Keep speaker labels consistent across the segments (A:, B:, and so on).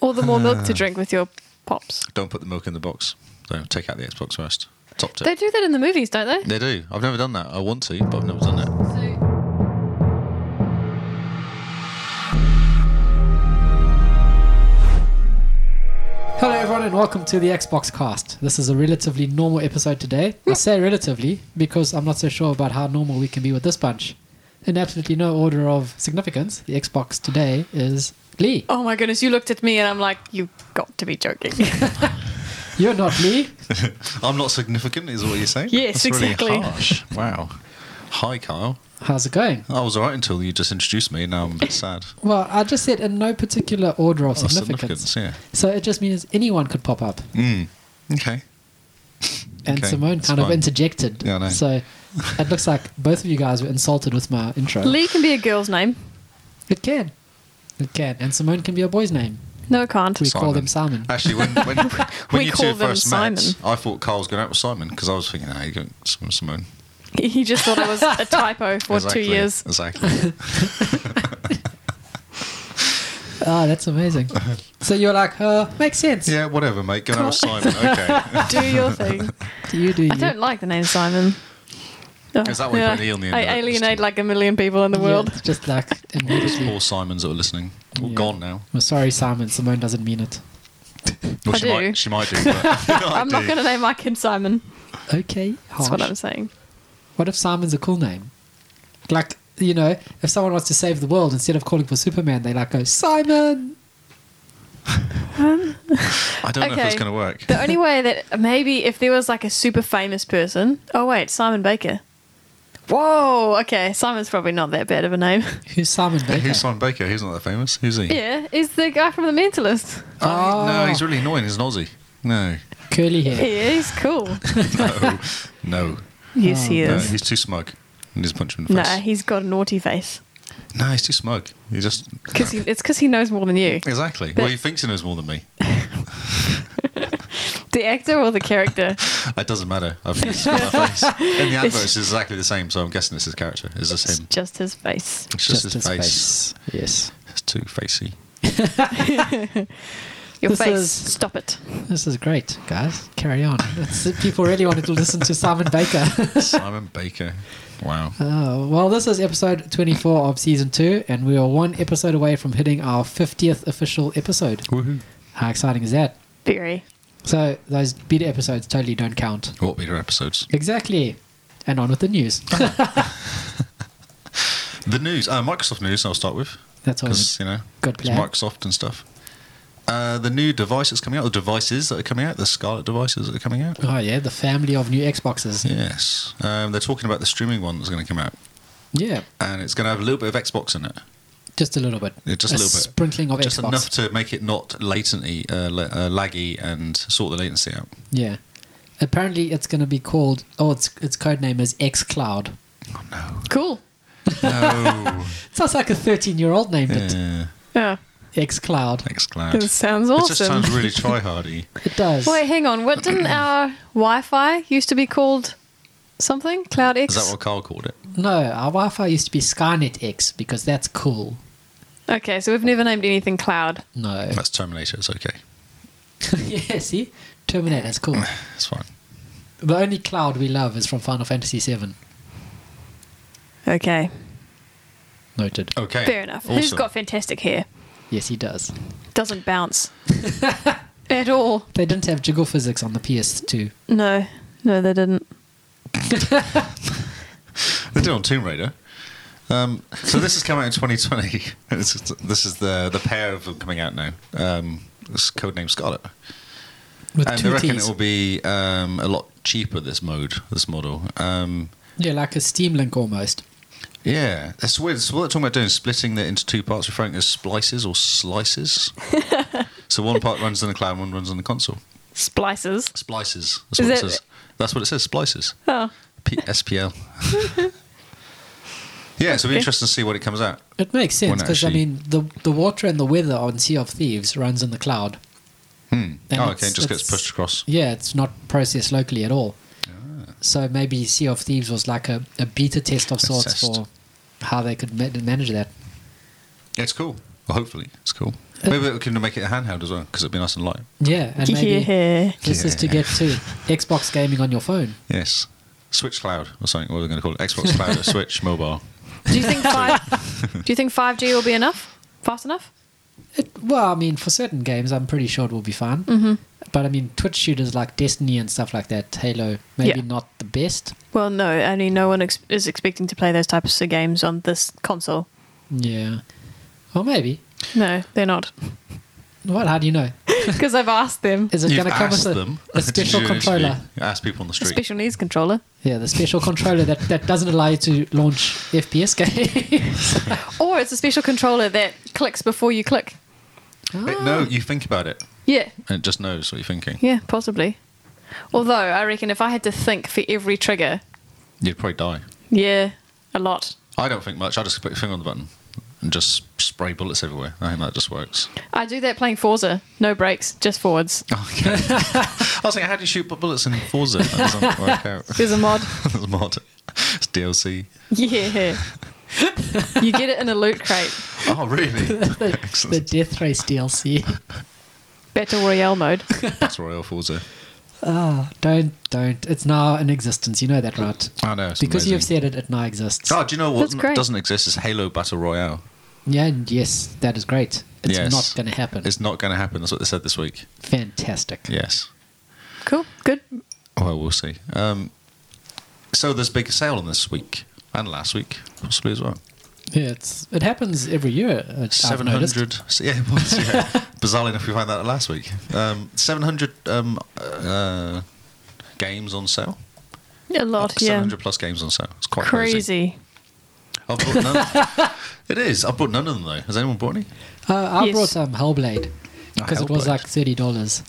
A: All the more milk to
B: Ah.
A: drink with your pops.
B: Don't put the milk in the box. Don't take out the Xbox first. Top tip.
A: They do that in the movies, don't they?
B: They do. I've never done that. I want to, but I've never done it.
C: Hello, everyone, and welcome to the Xbox Cast. This is a relatively normal episode today.
B: Hmm.
C: I say relatively because I'm not so sure about how normal we can be with this bunch. In absolutely no order of significance, the Xbox today is Lee.
A: Oh my goodness, you looked at me and I'm like, you got to be joking.
C: You're not Lee.
B: I'm not significant, is what you're saying?
A: Yes,
B: That's
A: exactly.
B: Really harsh. Wow. Hi, Kyle.
C: How's it going?
B: I was all right until you just introduced me. Now I'm a bit sad.
C: Well, I just said in no particular order of
B: Oh,
C: significance.
B: significance, yeah.
C: So it just means anyone could pop up.
B: Mm. Okay.
C: And
B: Okay,
C: Simone
B: that's
C: kind of
B: fine.
C: interjected.
B: Yeah, I know.
C: So it looks like both of you guys were insulted with my intro.
A: Lee can be a girl's name.
C: It can. It can. And Simone can be a boy's name.
A: No, it can't.
C: We call them Simon.
B: Actually, when, when,
A: We
B: when you
A: call
B: two
A: them
B: first
A: Simon.
B: met, I thought Carl was going out with Simon because I was thinking, nah, you're going with Simone.
A: He just thought it was a typo for
B: Exactly,
A: two years.
B: Exactly.
C: Ah, that's amazing. so you're like, uh, makes sense.
B: yeah, whatever, mate. Going out with Simon. Okay.
A: Do your thing.
C: You do. You.
A: I don't like the name Simon. Oh,
B: Is that why you put an E on the end
A: I
B: of it?
A: alienate like a million people in the
C: Yeah,
A: world.
C: it's just like immediately.
B: All Simons that were listening. All
C: Yeah.
B: gone now.
C: I'm sorry, Simon. Simone doesn't mean it.
B: Well,
A: I
B: she
A: do.
B: might. She might do. But I
A: I'm not
B: do.
A: going to name my kid Simon.
C: Okay.
A: That's what
C: harsh.
A: I'm saying.
C: What if Simon's a cool name? Like, you know, if someone wants to save the world, instead of calling for Superman, they like go, Simon!
B: I don't know if
A: Okay.
B: it's going to work.
A: The only way that maybe if there was like a super famous person. Oh wait, Simon Baker. Whoa. Okay, Simon's probably not that bad of a name.
C: Who's Simon Baker?
B: Who's Simon Baker? He's not that famous. Who's he?
A: Yeah, is the guy from The Mentalist.
B: Oh, he-
C: Oh.
B: No, he's really annoying. He's an Aussie. No.
C: Curly
A: Yeah,
C: hair.
A: he's cool.
B: No. no.
A: Yes, he
B: Oh, No,
A: is.
B: he's too smug. And just punch him in the
A: Nah,
B: face.
A: he's got a naughty face.
B: No, he's too smug. He just.
A: Cause he, it's because he knows more than you.
B: Exactly.
A: But-
B: well, he thinks he knows more than me.
A: The actor or the character?
B: It doesn't matter. I've seen his face. In the adverts, it's exactly the same, so I'm guessing it's his character. It's
A: It's
B: just him.
A: just his face.
B: It's just, his, face.
C: Yes.
B: It's too facey.
A: Your
C: This
A: face.
C: is-
A: Stop it.
C: This is great, guys. Carry on. That's, people really wanted to listen to Simon Baker.
B: Simon Baker. Wow.
C: oh, well, this is episode 24 of season two, and we are one episode away from hitting our 50th official episode.
B: Woohoo.
C: How exciting is that?
A: Very.
C: So, those beta episodes totally don't count.
B: What bigger episodes?
C: Exactly. And on with the news.
B: The news. Uh, Microsoft news, I'll start with.
C: That's all.
B: Because, you know,
C: Good
B: it's
C: plan.
B: Microsoft and stuff. Uh, the new device that's coming out, the devices that are coming out, the Scarlet devices that are coming out.
C: Oh, yeah, the family of new Xboxes.
B: Yes. Um, they're talking about the streaming one that's going to come out.
C: Yeah,
B: And it's going to have a little bit of Xbox in it.
C: just a little bit.
B: Yeah, just a little bit.
C: Sprinkling of
B: just
C: Xbox.
B: enough to make it not latently uh, la- uh, laggy and sort the latency out.
C: Yeah. Apparently, it's going to be called. Oh, its its code name is X Cloud.
A: Cool.
B: No.
C: Sounds like a thirteen-year-old named it
B: yeah.
A: Yeah.
C: X Cloud.
B: XCloud.
A: That sounds
B: It just
A: awesome.
B: sounds really try hardy.
C: It does.
A: Wait, hang on. What didn't our Wi-Fi used to be called? Something Cloud X.
B: Is that what Carl called it?
C: No, our Wi-Fi used to be Skynet X because that's cool.
A: okay, so we've never named anything Cloud.
C: No.
B: That's Terminator. It's okay.
C: yeah. See, Terminator's cool.
B: It's fine.
C: the only cloud we love is from Final Fantasy VII.
A: Okay,
C: Noted.
B: Okay.
A: fair enough. Who's
B: Awesome.
A: got fantastic hair?
C: Yes, he does.
A: Doesn't bounce at all.
C: They didn't have jiggle physics on the PS2.
A: No, no, they didn't.
B: They did on Tomb Raider. Um, so this is coming out in 2020. this is, this is the the pair of them coming out now. Um, it's codename Scarlet,
C: With
B: and they
C: two
B: reckon
C: T's.
B: it will be um, a lot cheaper. This mode, this model. Um,
C: Yeah, like a Steam Link almost.
B: yeah, that's weird. So what they're talking about doing is splitting it into two parts, referring to as splices or slices. so one part runs on the cloud, one runs on the console.
A: Splices.
B: Splices. That's
A: Is
B: what it,
A: it-
B: says. That's what it says. Splices.
A: Oh,
B: P- SPL. yeah, so it'll be interesting to see what it comes out.
C: It makes sense
B: When
C: because I
B: actually-
C: mean the the water and the weather on Sea of Thieves runs in the cloud.
B: Hmm.
C: And
B: Oh,
C: it's-
B: okay. It just gets
C: it's-
B: pushed across.
C: Yeah, it's not processed locally at all.
B: Ah.
C: So maybe Sea of Thieves was like a, a beta test of
B: A
C: sorts
B: test.
C: for how they could ma- manage that.
B: It's cool. Well, hopefully, it's cool.
C: Uh,
B: Maybe we can make it handheld as well because it'd be nice and light.
C: Yeah, and maybe
A: Yeah.
C: this is to
B: Yeah.
C: get to Xbox gaming on your phone.
B: Yes. Switch Cloud or something. What are we going to call it? Xbox Cloud or Switch Mobile.
A: Do you think five? do you think five G will be enough? Fast enough?
C: It, well, I mean, for certain games, I'm pretty sure it will be fun. Mm-hmm. But I mean, Twitch shooters like Destiny and stuff like that, Halo, maybe
A: Yeah.
C: not the best.
A: Well, no. I mean, no one ex- is expecting to play those types of games on this console.
C: Yeah. Or maybe.
A: No, they're not,
C: What? How do you know?
A: because I've asked them.
C: Is it
B: You've
C: going to come with
B: asked
C: a,
B: them.
C: a
B: Did
C: special
B: you actually
C: controller?
B: Ask people on the
A: A
B: street.
A: special needs controller.
C: Yeah, the special controller that, that doesn't allow you to launch FPS games.
A: Or it's a special controller that clicks before you click.
C: Ah.
B: It- no, you think about it
A: Yeah.
B: and it just knows what you're thinking.
A: Yeah, possibly. Although I reckon if I had to think for every trigger,
B: You'd probably die.
A: yeah, a lot.
B: I don't think much. I just put your finger on the button and just spray bullets everywhere. I think that just works. Oh,
A: I do that playing Forza. No brakes, just forwards.
B: Okay. I was thinking, how do you shoot bu- bullets in Forza? That doesn't work out.
A: There's a mod.
B: It's a mod. It's DLC.
A: Yeah. you get it in a loot crate.
B: Oh, really?
C: the
B: Excellent.
C: Death Race DLC.
A: Battle Royale mode.
B: That's Royal Forza.
C: Ah, don't, don't. It's now in existence. You know that, right?
B: I know. it's
C: Because you have
B: amazing.
C: said it, it now exists.
B: Oh, do you know what
A: That's great.
B: doesn't exist is Halo Battle Royale.
C: Yeah, and yes, that is great. It's
B: Yes.
C: not going to happen.
B: It's not going to happen. That's what they said this week.
C: Fantastic.
B: Yes.
A: Cool. Good.
B: Well, we'll see. Um, so there's a big sale on this week and last week, possibly as well.
C: Yeah, it's it happens every year. uh, I've
B: Seven
C: noticed.
B: hundred. Yeah, it was, yeah. Bizarrely enough, we found that last week. Um, Seven hundred um, uh, games on sale.
A: A lot,
B: Seven
A: yeah.
B: hundred plus games on sale. It's quite crazy.
A: Crazy.
B: I've bought none. it is. I've bought none of them though. Has anyone bought any?
C: Uh, I
A: Yes.
C: brought some Hellblade because it was
B: Ah, Hellblade.
C: like thirty dollars,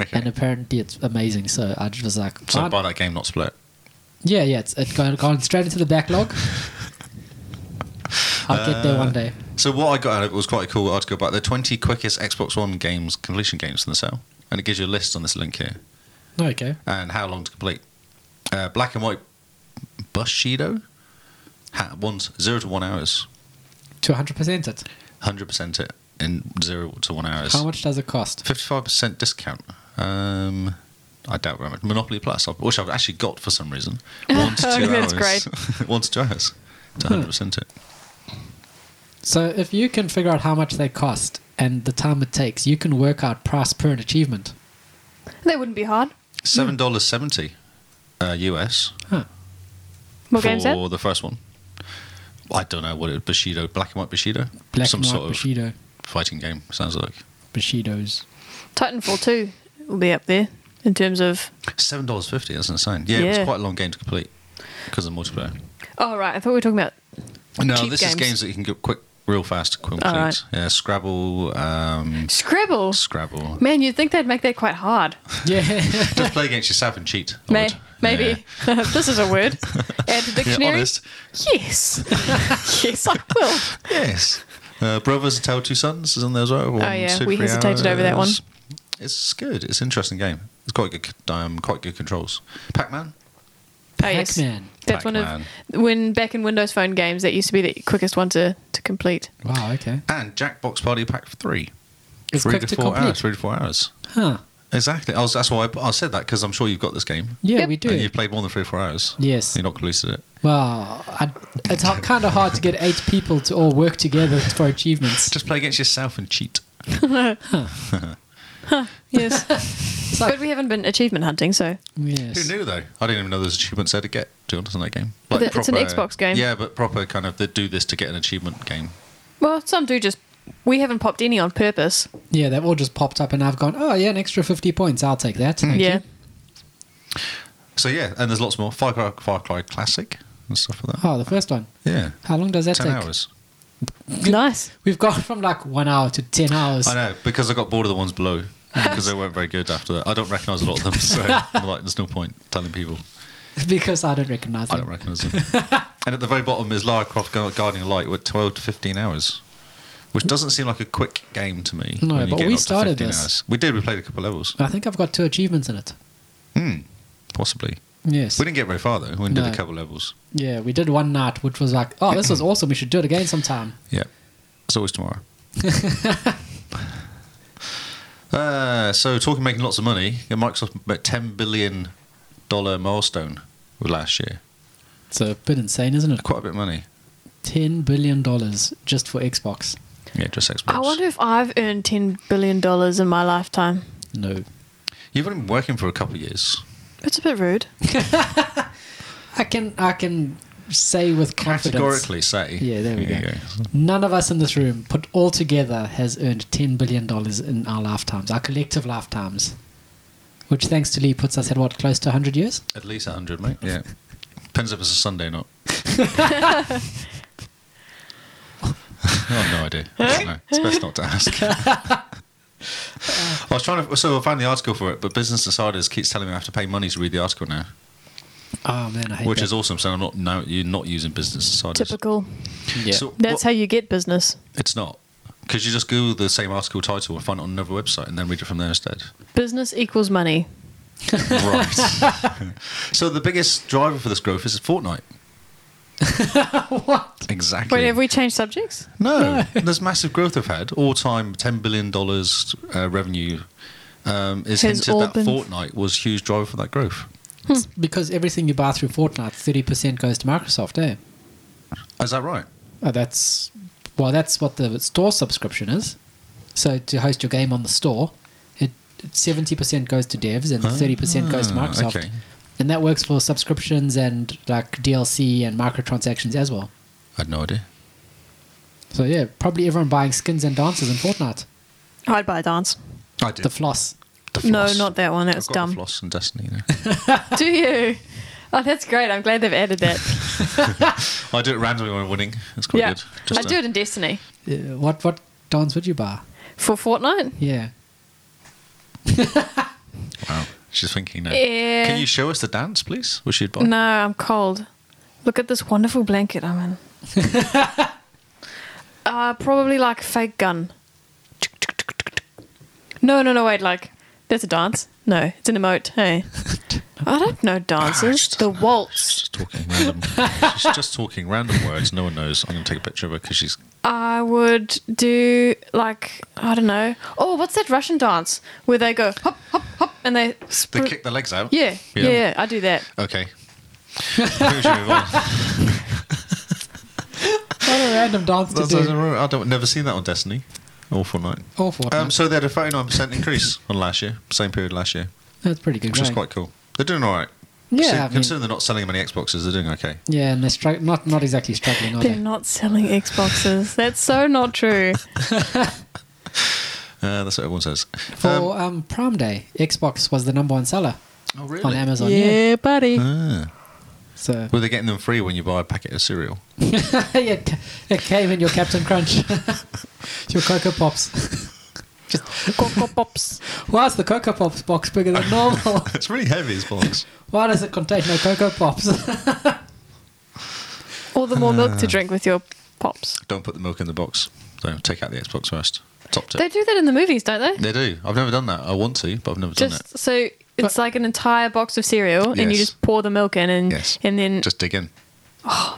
B: Okay.
C: and apparently it's amazing. So I just was like,
B: so
C: fine.
B: buy that game, not split.
C: yeah, yeah, it's it gone, gone straight into the backlog. I'll get there one day.
B: So what I got out of it was quite a cool article about the 20 quickest Xbox One games completion games in the sale, and it gives you a list on this link here
C: Okay.
B: and how long to complete. Uh, black and white Bushido, ha, one's zero to one hours,
C: To 100% it.
B: hundred percent it in zero to one hours.
C: How much does it cost?
B: Fifty-five percent discount. Um, I doubt very much. Monopoly Plus, I- which I've actually got for some reason. One to two
A: I think
B: hours.
A: that's
B: one to two hours. To hundred percent it.
C: So if you can figure out how much they cost and the time it takes, you can work out price per an achievement.
A: That wouldn't be hard.
C: Hmm.
B: Seven dollars seventy uh, US.
C: Huh.
A: More
B: for
A: games that?
B: the first one. I don't know what it Bushido, black and white Bushido,
C: Black
B: some
C: and white
B: sort of
C: Bushido.
B: fighting game. Sounds like
C: Bushidos.
A: Titanfall 2 will be up there in terms of.
B: seven dollars fifty. That's insane. Yeah, it was
A: Yeah.
B: quite a long game to complete because of multiplayer.
A: Oh, right. I thought we were talking about.
B: No,
A: Cheap
B: this is
A: games.
B: games that you can get quick, real fast. Quick complete.
A: Alright.
B: Yeah, Scrabble, um,
A: Scrabble.
B: Scrabble.
A: Man, you'd think they'd make that quite hard.
C: Yeah.
B: Just play against yourself and cheat. I
A: May-
B: would. Yeah.
A: maybe. this is a word. Add to
B: Yeah,
A: dictionary.
B: honest.
A: yes. yes, I will.
B: Yes. Uh, Brothers and Tale Two Sons is on there as well. One,
A: Oh, yeah,
B: two,
A: we
B: three
A: hesitated over that one.
B: hours. It's good. It's an interesting game. It's quite good. Um, quite good controls. Pac-Man.
A: Oh, yes.
C: Pac-Man.
A: That's one of when back in Windows Phone games that used to be the quickest one to, to complete.
C: Wow, okay.
B: and Jackbox Party Pack Three.
C: It's
B: three
C: quick
B: to,
C: to
B: four
C: complete.
B: hours. Three to four hours.
C: Huh.
B: Exactly. I was, that's why I, I said that because I'm sure you've got this game.
C: Yeah,
A: Yep.
C: we
B: And
C: do.
B: you've played more than three or four hours.
C: Yes.
B: You're not lucid at it.
C: Well, I, it's kind of hard to get eight people to all work together for achievements.
B: Just play against yourself and cheat.
A: Yes.
C: It's like-
A: but we haven't been achievement hunting, so
C: yes.
B: Who knew though? I didn't even know there was achievements there to get. To be honest, in that game.
A: But it's an Xbox game.
B: Yeah, but proper kind of they do this to get an achievement game.
A: well, some do just we haven't popped any on purpose.
C: Yeah, they've all just popped up, and I've gone, oh, yeah, an extra 50 points. I'll take that.
B: Hmm.
C: Thank
A: yeah.
C: you.
B: So yeah, and there's lots more. Far Cry, Far Cry Classic and stuff like that.
C: Oh, the first one.
B: Yeah.
C: How long does that
B: Ten
C: take?
B: hours.
A: Nice.
C: We've gone from like one hour to 10 hours.
B: I know because I got bored of the ones below because they weren't very good after that. I don't recognise a lot of them, so I'm like, there's no point telling people.
C: Because I don't recognize
B: I
C: it.
B: don't recognise them. and at the very bottom is Lara Croft Gu- Guardian of Light with 12 to 15 hours, which doesn't seem like a quick game to me.
C: No,
B: when you
C: but
B: get
C: we
B: up to
C: started
B: 15
C: this.
B: Hours. We did. We played a couple levels, Hmm,
C: I think I've got two achievements in it.
B: possibly.
C: Yes.
B: We didn't get very far though. We did
C: No.
B: a couple levels.
C: yeah, we did one night, which was like, oh, this was awesome. We should do it again sometime.
B: Yeah, it's always tomorrow. Uh, so talking making lots of money, yeah, Microsoft met ten billion dollar milestone with last year.
C: It's a bit insane, isn't it?
B: Quite a bit of money.
C: Ten billion dollars just for Xbox.
B: Yeah, just Xbox.
A: I wonder if I've earned ten billion dollars in my lifetime.
C: No,
B: You've only been working for a couple of years.
A: It's a bit rude.
C: I can I can say with confidence.
B: Categorically say.
C: Yeah, there we go.
B: you
C: None of us in this room, put all together, has earned ten billion dollars in our lifetimes, our collective lifetimes. Which, thanks to Lee, puts us at what close to hundred years.
B: At least hundred, mate. Yeah. Depends if it's a Sunday or not. I have no idea. I don't know. It's best not to ask. I was trying to. So I found the article for it, but Business Insiders keeps telling me I have to pay money to read the article now,
C: Oh man, I hate
B: which
C: that.
B: is awesome. So I'm not now you're not using Business Insiders.
A: Typical.
C: yeah.
B: So
A: That's
B: what-
A: how you get business.
B: it's not because you just Google the same article title and find it on another website and then read it from there instead.
A: Business equals money.
B: right. so the biggest driver for this growth is Fortnite.
C: what?
B: Exactly.
A: Wait, have we changed subjects?
B: No, there's massive growth they've had. All time, ten billion dollars uh, revenue. Um, is
A: Has
B: hinted
A: all
B: that
A: been-
B: Fortnite was huge driver for that growth.
C: It's because everything you buy through Fortnite, thirty percent goes to Microsoft, eh?
B: Is that right?
C: Oh, that's well, that's what the store subscription is. So to host your game on the store, it seventy percent goes to devs and thirty percent goes to
B: Ah,
C: Microsoft,
B: okay.
C: and that works for subscriptions and like DLC and microtransactions as well.
B: I had no idea.
C: So yeah, probably everyone buying skins and dances in Fortnite.
A: I'd buy a dance.
B: I did.
C: The floss.
B: The
A: No,
B: floss.
A: not that one. That was
B: I've got The
A: dumb.
B: floss and Destiny. you know.
A: Do you? Oh, that's great. I'm glad they've added that.
B: I do it randomly when I'm winning. It's quite
A: yeah.
B: good.
A: I do it in Destiny.
C: Yeah, Uh, What what dance would you buy?
A: For Fortnite?
C: Yeah.
B: Wow. She's thinking now.
A: Yeah.
B: Can you show us the dance, please? Which you'd buy?
A: No, I'm cold. Look at this wonderful blanket I'm in. uh, probably like a fake gun. No, no, no, wait, like, that's a dance. No, it's an emote. Hey. I don't know dances.
B: just
A: The
B: doesn't know. She's
A: waltz.
B: just talking random. she's just talking random words. No one knows. I'm going to take a picture of her because she's
A: I would do, like, I don't know. Oh, what's that Russian dance where they go hop, hop, hop, and they.
B: They
A: Spr-
B: kick their legs out.
A: yeah,
B: Yeah.
A: yeah, I do that.
B: Okay. I think we should move on.
C: What a random dance to
B: That's- I
C: do.
B: don't remember- I don't never seen that on Destiny. Awful night.
C: Or Fortnite.
B: Um, so they had a 39% increase on last year, same period last year,
C: that's pretty good.
B: which is
C: going.
B: Um, quite cool. They're doing all right.
C: yeah.
B: Consi-
C: I mean,
B: considering they're not selling many Xboxes, they're doing okay.
C: yeah, and they're str- not not exactly struggling, are
A: They're
C: they?
A: not selling Xboxes. That's so not true.
B: Uh, that's what everyone says.
C: For um, Prime Day, Xbox was the number one seller
B: oh,
C: on
B: really?
C: Amazon. Yeah.
A: yeah, buddy.
B: Ah.
C: So
B: Well, they're getting them free when you buy a packet of cereal.
C: yeah, c- it came in your Captain Crunch, your Cocoa Pops.
A: Coco Pops.
C: Why is the Cocoa Pops box bigger than normal?
B: it's really heavy, this box.
C: Why does it contain no Cocoa Pops?
A: All the more milk to drink with your pops.
B: Don't put the milk in the box. So take out the Xbox first. Top tip.
A: They do that in the movies, don't they?
B: They do. I've never done that. I want to, but I've never done it.
A: Just so it's
C: But-
A: like an entire box of cereal, and you
B: Yes.
A: just pour the milk in, and
B: Yes.
A: and then oh,
B: Just dig in.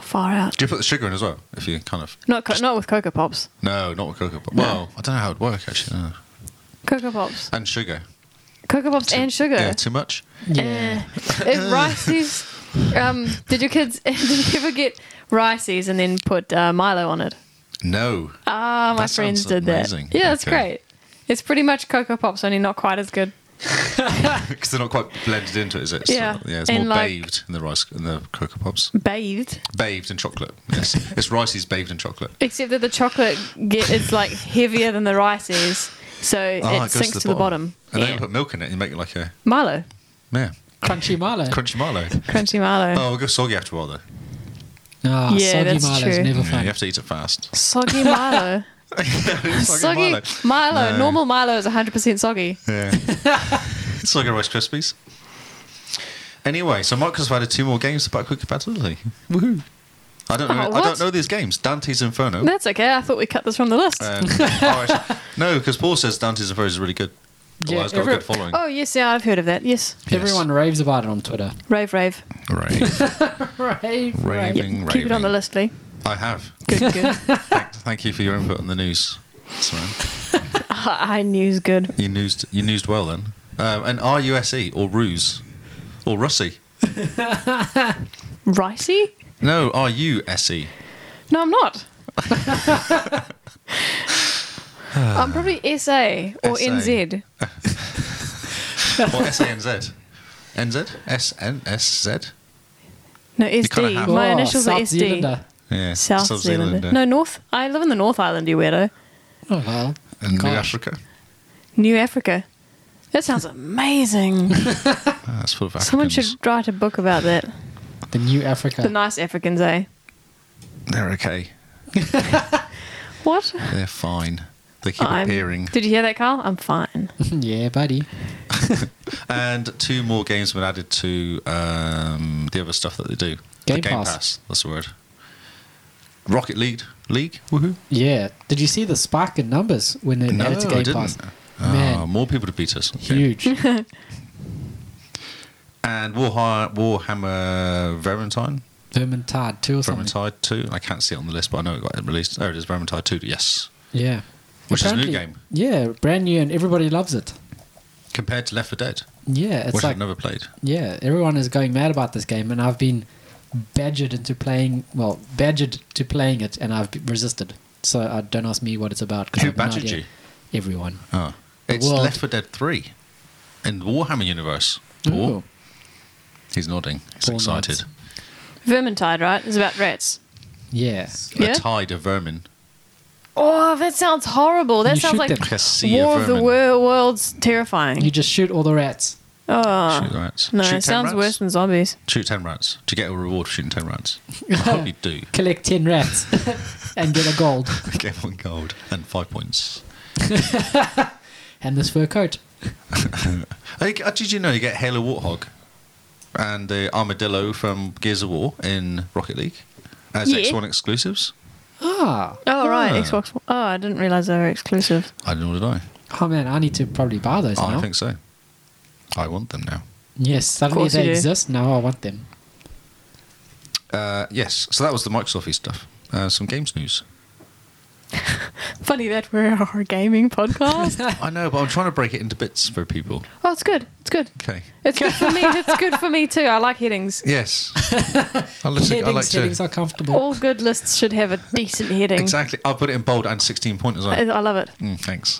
A: far out.
B: Do you put the sugar in as well? If you kind of
A: Not co- not with Cocoa Pops.
B: no, not with cocoa. But
A: No.
B: Well, I don't know how it'd work actually. No.
A: Cocoa Pops.
B: And sugar.
A: Cocoa Pops
B: Too-
A: and sugar.
B: Uh, Yeah, too much.
A: Eh. It Rices. Um, did your kids? Did you ever get Rices and then put uh, Milo on it?
B: No.
A: Ah, my
B: That
A: friends
B: sounds
A: did
B: amazing.
A: that. Yeah, it's
B: Okay.
A: great. It's pretty much Cocoa Pops, only not quite as good.
B: Because they're not quite blended into it, is it? It's
A: Yeah.
B: not- yeah, it's
A: And
B: more
A: like-
B: bathed in the rice in the cocoa pops.
A: Bathed.
B: Bathed in chocolate. Yes. it's ricey's bathed in chocolate.
A: Except that the chocolate get it's like heavier than the rice is, so
B: Ah,
A: it sinks to the, bottom.
B: And then
A: Yeah.
B: you put milk in it and you make it like a
A: Milo,
B: yeah,
C: Crunchy Milo.
B: crunchy Milo.
A: crunchy Milo,
B: Oh, it'll go soggy after a while though.
C: Ah,
A: Yeah,
C: soggy
A: that's
C: Milo's
A: true.
C: never
B: Yeah,
C: fun.
B: you have to eat it fast.
A: soggy Milo,
B: soggy
A: soggy Milo.
B: No.
A: Normal Milo is 100% soggy.
B: Yeah. it's like a Rice Krispies. Anyway, so Microsoft added two more games to backward compatibility. Woohoo! I don't
A: Oh,
B: know. I don't
A: what?
B: know these games. Dante's Inferno.
A: That's okay. I thought we cut this from the list.
B: And, oh, actually- no, because Paul says Dante's Inferno is really good.
C: Yeah,
B: well, it's got
C: every-
B: a good following.
A: oh yes, yeah, I've heard of that. Yes,
C: Everyone raves about it on Twitter.
A: rave, rave.
B: Rave,
C: Rave,
B: raving,
C: rave.
A: Yep.
B: raving.
A: Keep it on the list, Lee.
B: I have.
A: Good, good.
B: Thank, thank you for your input on the news. That's all right.
A: I news good.
B: You newsed, you newsed well then. Um, and R-U-S-E or Ruse or Russie.
A: Ricey?
B: No, R-U-S-E.
A: No, I'm not. I'm probably SA or
B: SA.
A: NZ.
B: Or S-A-N-Z. N-Z? S-N-S-Z?
A: No,
B: kinda
A: SD.
B: have-
A: My
C: Oh,
A: initials
C: South
A: are SD.
C: Zealander.
B: Yeah.
A: South
B: South
A: Zealander.
B: Zealander.
A: No, North. I live in the North Island, you weirdo.
C: Oh, well.
B: And New
C: Gosh.
B: Africa.
A: New Africa. That sounds amazing.
B: Ah, That's full of Africans.
A: Someone should write a book about that.
C: The new Africa.
A: The nice Africans, eh?
B: They're okay.
A: What?
B: They're fine. They keep
A: I'm-
B: appearing.
A: Did you hear that, Carl? I'm fine.
C: yeah, buddy.
B: And two more games were added to um, the other stuff that they do. the
C: Game
B: Game
C: Pass.
B: Pass. That's the word. Rocket League. League. Woohoo!
C: Yeah. Did you see the spike in numbers when they added to Game Pass?
B: Ah,
C: Man.
B: more people to beat us. Okay.
C: Huge.
B: And Warhammer, Warhammer Vermintide.
C: Vermintide 2 or something.
B: Vermintide 2. I can't see it on the list, but I know it got released. There it is, Vermintide 2. Yes.
C: Yeah.
B: Which is a new game.
C: Yeah, brand new and everybody loves it.
B: Compared to Left 4 Dead,
C: Yeah, it's
B: which
C: like
B: I've never played.
C: yeah, everyone is going mad about this game, and I've been badgered into playing. Well, badgered to playing it, and I've b- resisted. So uh, don't ask me what it's about. 'cause
B: Who
C: I have no
B: badgered
C: idea.
B: you?
C: Everyone.
B: Oh.
C: The
B: It's
C: world-
B: Left 4 Dead 3 in the Warhammer universe.
C: Ooh.
B: Oh, he's nodding. He's
C: Paul
B: excited.
C: nods.
A: Vermintide, right? It's about rats.
C: Yeah.
A: Yeah?
B: A tide of vermin.
A: Oh, that sounds horrible. That
C: You
A: sounds
C: shoot
A: like
C: them.
B: Like a sea
A: War
B: of
A: of the
B: vermin.
A: Wor- Worlds terrifying.
C: You just shoot all the rats.
A: oh.
B: Shoot rats.
A: No,
B: Shoot
A: it
B: 10
A: sounds
B: rats?
A: worse than zombies.
B: Shoot 10 rats. Do you get a reward for shooting 10 rats? I hope you do.
C: Collect ten rats and get a gold
B: Get one gold and five points.
C: and this fur coat.
B: Hey, uh, Did you know you get Halo Warthog and the Armadillo from Gears of War in Rocket League as
A: Yeah.
B: X1 exclusives?
C: Ah.
A: Oh, right.
B: Ah.
A: Xbox. Oh, I didn't realize they were exclusive.
B: I don't know did I.
C: Oh man, I need to probably buy those
B: Oh,
C: now.
B: I think so. I want them now.
C: yes, suddenly
A: course you
C: they
A: do.
C: exist. Now I want them.
B: Uh, yes, so that was the Microsoft stuff. Uh, some games news.
A: Funny that we're a gaming podcast.
B: I know, but I'm trying to break it into bits for people.
A: oh, it's good. It's good.
B: Okay.
A: It's good for me. It's good for me too. I like headings.
B: Yes. I like to- I
C: Headings,
B: like to-
C: headings are comfortable.
A: All good lists should have a decent heading.
B: Exactly. I'll put it in bold and 16 point as well.
A: I, I love it.
B: Mm, thanks.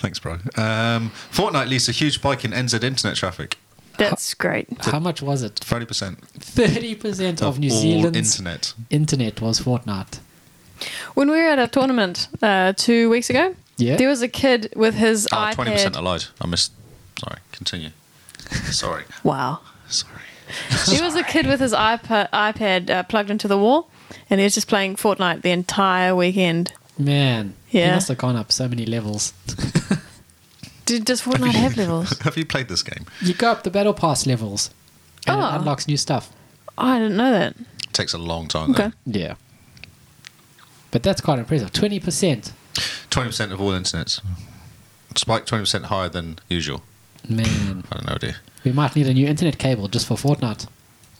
B: thanks, bro. Um, Fortnite leads to huge spike in NZ internet traffic.
A: That's great.
C: How much was it?
B: 30%
C: Thirty percent
B: of,
C: of New
B: all
C: Zealand's
B: internet.
C: internet was Fortnite.
A: When we were at a tournament uh, two weeks ago,
C: Yeah.
A: there was a kid with his
B: Oh,
A: iPad.
B: 20% I lied. I missed. Sorry. Continue. Sorry.
A: Wow.
B: Sorry.
A: There was a kid with his iPad, iPad uh, plugged into the wall, and he was just playing Fortnite the entire weekend.
C: Man, he
A: Yeah.
C: must have gone up so many levels.
A: Did, does Fortnite have levels?
B: Have you played this game?
C: You go up the battle pass levels, and
A: Oh.
C: it unlocks new stuff.
A: Oh, I didn't know that.
B: takes a long time,
A: Okay.
B: though.
C: Yeah, but that's quite impressive. Twenty percent,
B: 20% of all internets. Spike 20% higher than usual.
C: man.
B: I don't know, dear.
C: We might need a new internet cable just for Fortnite.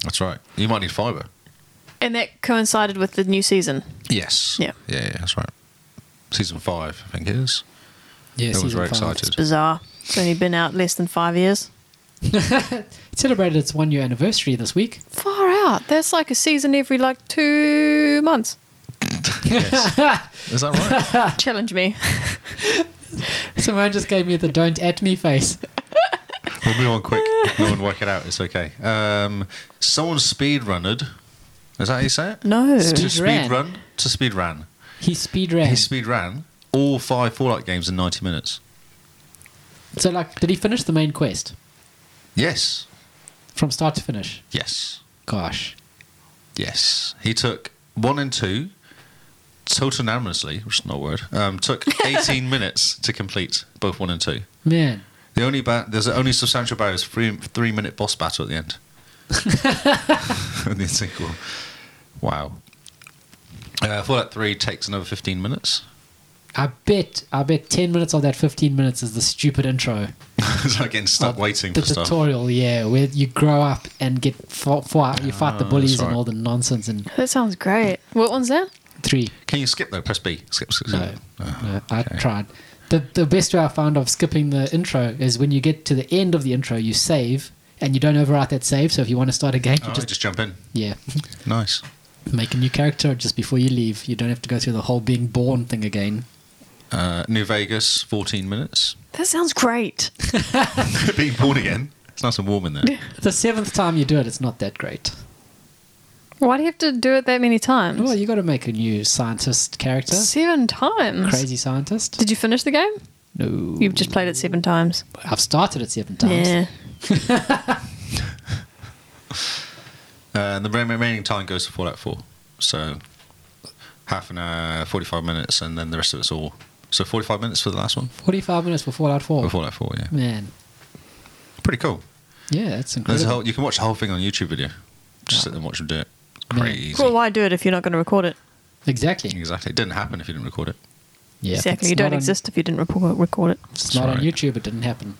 B: That's right. You might need fiber.
A: And that coincided with the new season.
B: Yes.
A: Yeah.
B: Yeah, yeah that's right. Season five, I think it is.
C: Yeah,
B: Everyone's
C: season
B: very
C: five.
B: excited.
A: Bizarre. It's only been out less than five years.
C: It celebrated its one year anniversary this week.
A: Far out. That's like a season every like two months.
B: Is that right?
A: Uh, Challenge me.
C: Someone just gave me the "don't at me" face.
B: we'll move on quick. No one work it out. It's okay. Um, someone speedrunnered. Is that how you say it?
A: No.
B: To
C: Speed
B: speed
C: ran.
B: run. To speed ran.
C: He speed ran.
B: He speed ran all five Fallout games in 90 minutes.
C: so, like, did he finish the main quest
B: Yes.
C: from start to finish?
B: Yes.
C: Gosh,
B: Yes. He took one and two totally which is not a word, um, took 18 minutes to complete both one and two.
C: man.
B: The only ba- there's only substantial barriers three three minute boss battle at the end. and the sequel. Wow. Uh, Fallout Three takes another fifteen minutes.
C: I bet, I bet 10 minutes of that 15 minutes is the stupid intro.
B: it's like getting stuck
C: Of
B: waiting
C: Uh, The
B: for stuff.
C: tutorial, yeah, where you grow up and get fought, fought you fight the
B: Ah,
C: bullies
B: that's
C: and
B: right.
C: all the nonsense. And
A: That sounds great. What one's that?
C: Three.
B: Can you skip though? Press B. Skip. skip, skip.
C: No,
B: Oh,
C: no I
B: okay.
C: tried. The, the best way I found of skipping the intro is when you get to the end of the intro, you save and you don't overwrite that save. So if you want to start again,
B: Oh,
C: you
B: you
C: just,
B: just jump in.
C: yeah,
B: Nice.
C: make a new character just before you leave. You don't have to go through the whole being born thing again.
B: Uh, New Vegas, 14 minutes.
A: That sounds great.
B: Being born again. It's nice and warm in there.
C: The seventh time you do it, it's not that great.
A: Why do you have to do it that many times?
C: Well, you got to make a new scientist character,
A: seven times.
C: crazy scientist.
A: Did you finish the game?
C: No,
A: You've just played it seven times.
C: I've started it seven times.
A: Yeah.
B: Uh, and the rem- remaining time goes to Fallout 4. So half an hour, 45 minutes, and then the rest of it's all. So 45 minutes for the last one?
C: Forty-five minutes for Fallout Four.
B: For Fallout 4, yeah.
C: Man,
B: Pretty cool.
C: yeah,
B: There's
C: that's
B: a
C: incredible.
B: whole, you can watch the whole thing on YouTube video. Just sit there and watch them do it. It's
C: Yeah.
B: Crazy.
A: Well, why do it if you're not going to record it?
C: exactly.
B: Exactly. It didn't happen if you didn't record it.
C: Yeah,
A: exactly.
C: it's
A: You don't
C: not on-
A: exist if you didn't record, record it.
C: It's not on
B: Sorry.
C: YouTube. It didn't happen.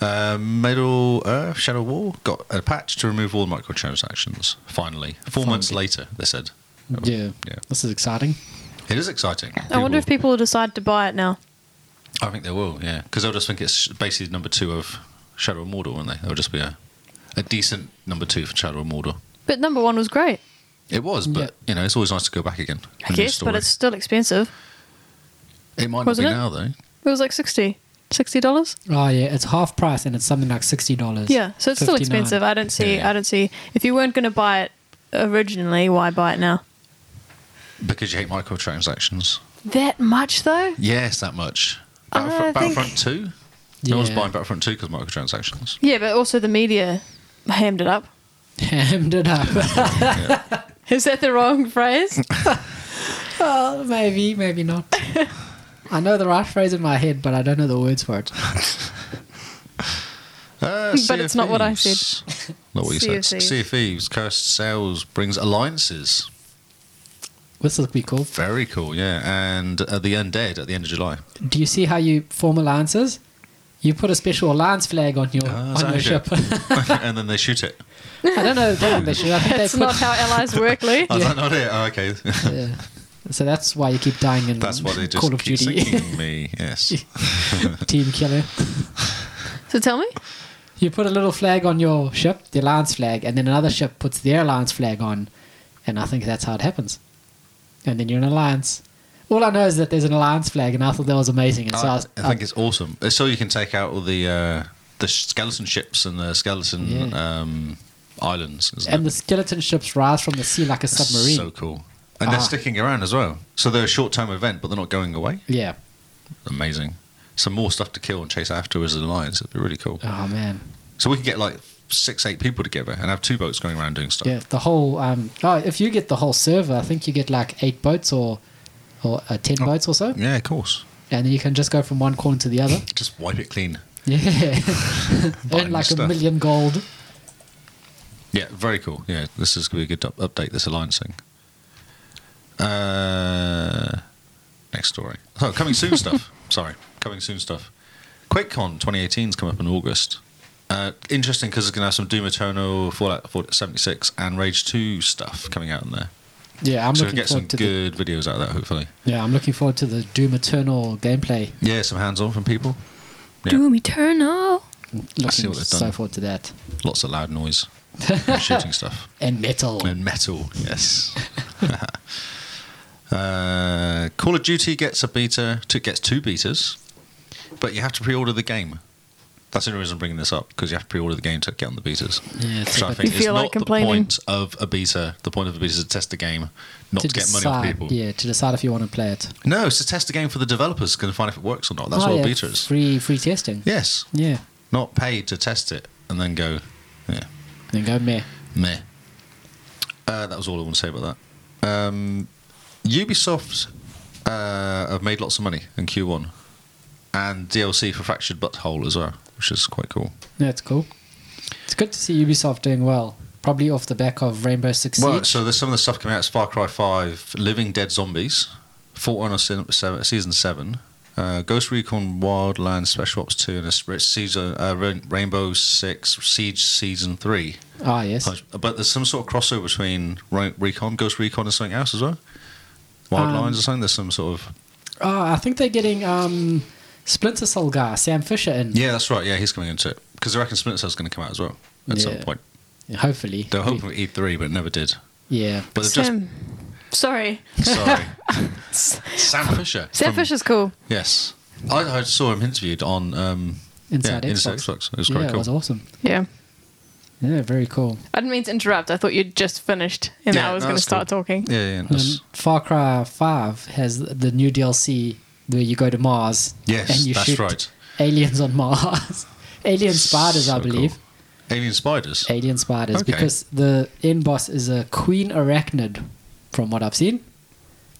B: Uh, Middle Earth Shadow War got a patch to remove all microtransactions. Finally, four months later, they said.
C: Yeah.
B: yeah.
C: This is exciting.
B: It is exciting.
A: I wonder if people will decide to buy it now.
B: I think they will, yeah, because they'll just think it's basically number two of Shadow of Mordor, won't they? It'll just be a, a decent number two for Shadow of Mordor.
A: But number one was great,
B: It was, but
C: Yeah.
B: you know, it's always nice to go back again.
A: I
B: A new
A: guess, but
B: story.
A: it's still expensive.
B: it might not be
A: wasn't it?
B: now though.
A: It was like 60 $60?
C: Oh yeah, it's half price and it's something like sixty dollars.
A: Yeah, so it's still expensive. I don't see.
B: Yeah.
A: I don't see. If you weren't going to buy it originally, why buy it now?
B: Because you hate microtransactions.
A: That much though?
B: Yes, that much.
A: I
B: Battlefront,
A: think-
B: Battlefront Two. No one's
C: Yeah.
B: buying Battlefront Two because microtransactions.
A: Yeah, but also the media hammed it up.
C: Hammed it up.
A: Is that the wrong phrase?
C: well, maybe, maybe not. I know the right phrase in my head, but I don't know the words for it.
B: Uh,
A: But
B: Sea of
A: it's not what I said.
B: Thieves. Not what you
A: Sea of
B: said.
A: Thieves.
B: Sea of Thieves, Cursed Sales brings alliances.
C: This will be cool.
B: Very cool, yeah. And uh, the Undead at the end of July.
C: Do you see how you form alliances? You put a special alliance flag on your
B: Ah,
C: on your
B: is that
C: ship.
B: and then they shoot it.
C: I don't know. They, they should. I think
A: That's
C: they put,
A: not how allies work, Lou.
B: Oh, is that not it? Oh, okay.
C: yeah. So that's why you keep dying in
B: That's why they just
C: Call of
B: keep
C: Duty
B: sinking me. Yes.
C: team killer.
A: So tell me,
C: You put a little flag on your ship, the alliance flag, and then another ship puts their alliance flag on, and I think that's how it happens. And then you're an alliance. All I know is that there's an alliance flag, and I thought that was amazing. And so I,
B: I,
C: was,
B: I think it's awesome. It's So you can take out all the uh, the skeleton ships and the skeleton
C: Yeah.
B: um, islands. Isn't
C: and
B: it?
C: the skeleton ships rise from the sea like a
B: That's
C: submarine.
B: So cool. And they're
C: Ah.
B: sticking around as well. So they're a short term event, but they're not going away.
C: yeah.
B: Amazing. Some more stuff to kill and chase after as an alliance. It'd be really cool.
C: Oh man.
B: So we could get like six, eight people together and have two boats going around doing stuff.
C: Yeah. The whole. Um, oh, if you get the whole server, I think you get like eight boats or, or uh,
B: Oh.
C: ten boats or so,
B: Yeah, of course.
C: and then you can just go from one corner to the other.
B: Just wipe it clean.
C: Yeah. Earn
B: Buying
C: like a
B: stuff.
C: million gold.
B: Yeah, very cool. Yeah, this is going to be a good up- update, this alliance thing. Uh, next story. Oh, coming soon stuff. Sorry, coming soon stuff. QuakeCon 2018 's come up in August. Uh, interesting because it's going to have some Doom Eternal, Fallout 4 76, and Rage 2 stuff coming out in there.
C: Yeah, I'm
B: so we'll
C: looking
B: get
C: forward
B: some
C: to the
B: good videos out of that, hopefully.
C: Yeah, I'm looking forward to the Doom Eternal gameplay.
B: Yeah, some hands on from people. Yeah.
A: Doom Eternal.
C: Looking
B: what they've
C: so
B: done.
C: forward to that.
B: Lots of loud noise, shooting stuff.
C: And metal.
B: and metal. Yes. uh, Call of Duty gets a beta. Two, gets two betas, but you have to pre-order the game. That's the only reason I'm bringing this up because you have to pre-order the game to get on the betas.
C: Yeah, it's
B: Which I
C: a bit-
B: think
A: You
B: is
A: feel like
B: not the
A: complaining?
B: point of a beta. The point of a beta is to test the game, not to, get money off people.
C: Yeah, to decide if you want to play it.
B: No, it's to test the game for the developers to find if it works or not. That's
C: Oh,
B: what
C: yeah,
B: a beta is.
C: Free, free testing.
B: Yes,
C: Yeah.
B: not paid to test it and then go, yeah.
C: Then go meh.
B: Meh. Uh, that was all I want to say about that. Um, Ubisoft uh, have made lots of money in Q1, and DLC for Fractured Butthole as well, which is quite cool.
C: That's cool. It's good to see Ubisoft doing well. Probably off the back of Rainbow Six
B: Well,
C: Siege.
B: so there's some of the stuff coming out. It's Far Cry 5, Living Dead Zombies, Fort Honor Se- Se- Season 7, uh, Ghost Recon Wildlands Special Ops 2, and a s- season, uh, Rain- Rainbow Six Siege Season 3.
C: Ah, yes.
B: Punch- But there's some sort of crossover between Re- Recon, Ghost Recon, and something else as well. Wild
C: Um,
B: Lions or something. There's some sort of
C: Oh, I think they're getting um, Splinter Cell guy, Sam Fisher, in.
B: yeah, that's right. Yeah, he's coming into it because I reckon Splinter Cell's going to come out as well at some
C: Yeah.
B: point.
C: Hopefully.
B: They were hoping for E3, but it never did.
C: Yeah.
B: But they've just
A: Sam. Um, Sorry.
B: sorry, Sam Fisher.
A: Sam
B: from-
A: Fisher's cool.
B: Yes, I, I saw him interviewed on um,
C: Inside
B: yeah,
C: Xbox.
B: Inside Xbox. It was
C: yeah,
B: quite
C: it
B: cool.
C: was awesome.
A: Yeah.
C: Yeah, very cool.
A: I didn't mean to interrupt. I thought you'd just finished and
B: Yeah,
A: I was
B: no,
A: going to
B: that's
A: start
B: cool.
A: talking.
B: Yeah, yeah, yeah,
C: And
B: that's-
C: Far Cry 5 has the new DLC where you go to Mars.
B: Yes,
C: and you
B: that's
C: shoot
B: right.
C: Aliens on Mars. Alien spiders, I
B: so cool.
C: believe.
B: Alien spiders.
C: Alien spiders,
B: Okay.
C: because the end boss is a queen arachnid, from what I've seen.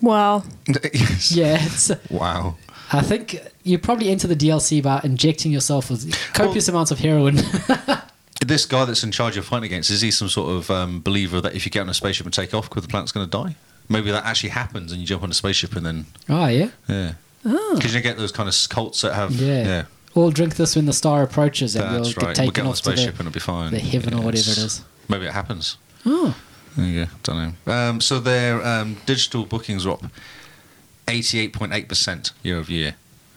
A: Wow.
B: Yes.
C: Yeah, it's,
B: Wow.
C: I think you probably enter the DLC by injecting yourself with copious amounts of heroin.
B: This guy that's in charge of fighting against is he some sort of um, believer that if you get on a spaceship and take off, 'cause the planet's going to die? Maybe that actually happens, and you jump on a spaceship, and then
C: oh, yeah.
B: yeah, because you get those kind of cults that have
C: Oh. Yeah.
B: yeah
C: All drink this when the star approaches and
B: that's
C: you'll
B: right.
C: get
B: We'll
C: taken
B: get on a
C: off to
B: spaceship
C: the,
B: and it'll be fine.
C: the heaven or whatever it
B: Yes.
C: is.
B: Maybe it happens.
C: Oh,
B: There you go. Don't know. Um, so their um, digital bookings are up 88.8% year over year,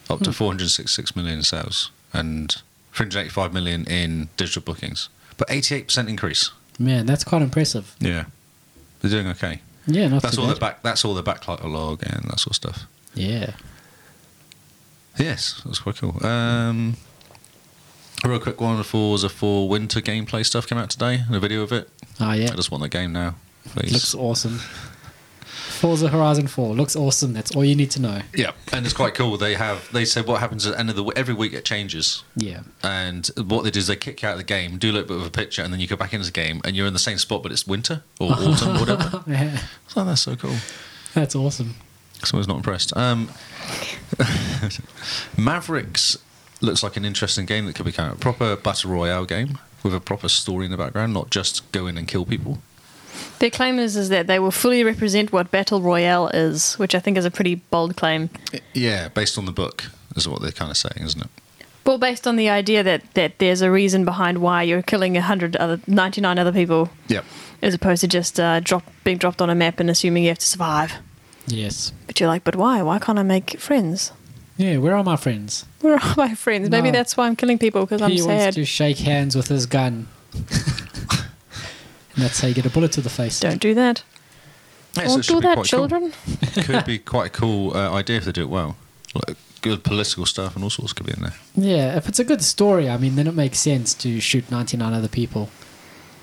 B: up
C: Hmm.
B: to 466 million in sales and 385 million in digital bookings. But 88% increase.
C: man, that's quite impressive.
B: Yeah. They're doing okay.
C: Yeah, not
B: That's
C: too
B: all the
C: bad.
B: back. That's all the backlog and that sort of stuff.
C: Yeah.
B: Yes, that's quite cool. Um, a real quick one for the for winter gameplay stuff came out today. A video of it.
C: Oh, yeah.
B: I just want the game now, please.
C: Looks awesome. Forza Horizon 4 looks awesome. That's all you need to know.
B: Yeah, and it's quite cool. They have they said what happens at the end of the every week it changes,
C: Yeah.
B: and what they do is they kick you out of the game, do a little bit of a picture, and then you go back into the game, and you're in the same spot, but it's winter or autumn, or whatever. So that's so cool.
C: That's awesome.
B: Someone's not impressed. Um, Mavericks looks like an interesting game that could be kind of a proper battle royale game with a proper story in the background, not just go in and kill people.
A: Their claim is, is that they will fully represent what Battle Royale is, which I think is a pretty bold claim.
B: Yeah, based on the book is what they're kind of saying, isn't it?
A: Well, based on the idea that, that there's a reason behind why you're killing 100 other, 99 other people
B: Yep.
A: as opposed to just uh, drop, being dropped on a map and assuming you have to survive.
C: Yes.
A: But you're like, but why? Why can't I make friends?
C: Yeah, where are my friends?
A: Where are my friends? Maybe
C: No.
A: that's why I'm killing people because I'm
C: he wants
A: sad.
C: to shake hands with his gun. and that's how you get a bullet to the face.
A: Don't do that.
B: Yeah, so
A: Don't
B: it should
A: do
B: be
A: that,
B: quite cool.
A: children.
B: could be quite a cool uh, idea if they do it well. Like good political stuff and all sorts could be in there.
C: Yeah, if it's a good story, I mean, then it makes sense to shoot 99 other people.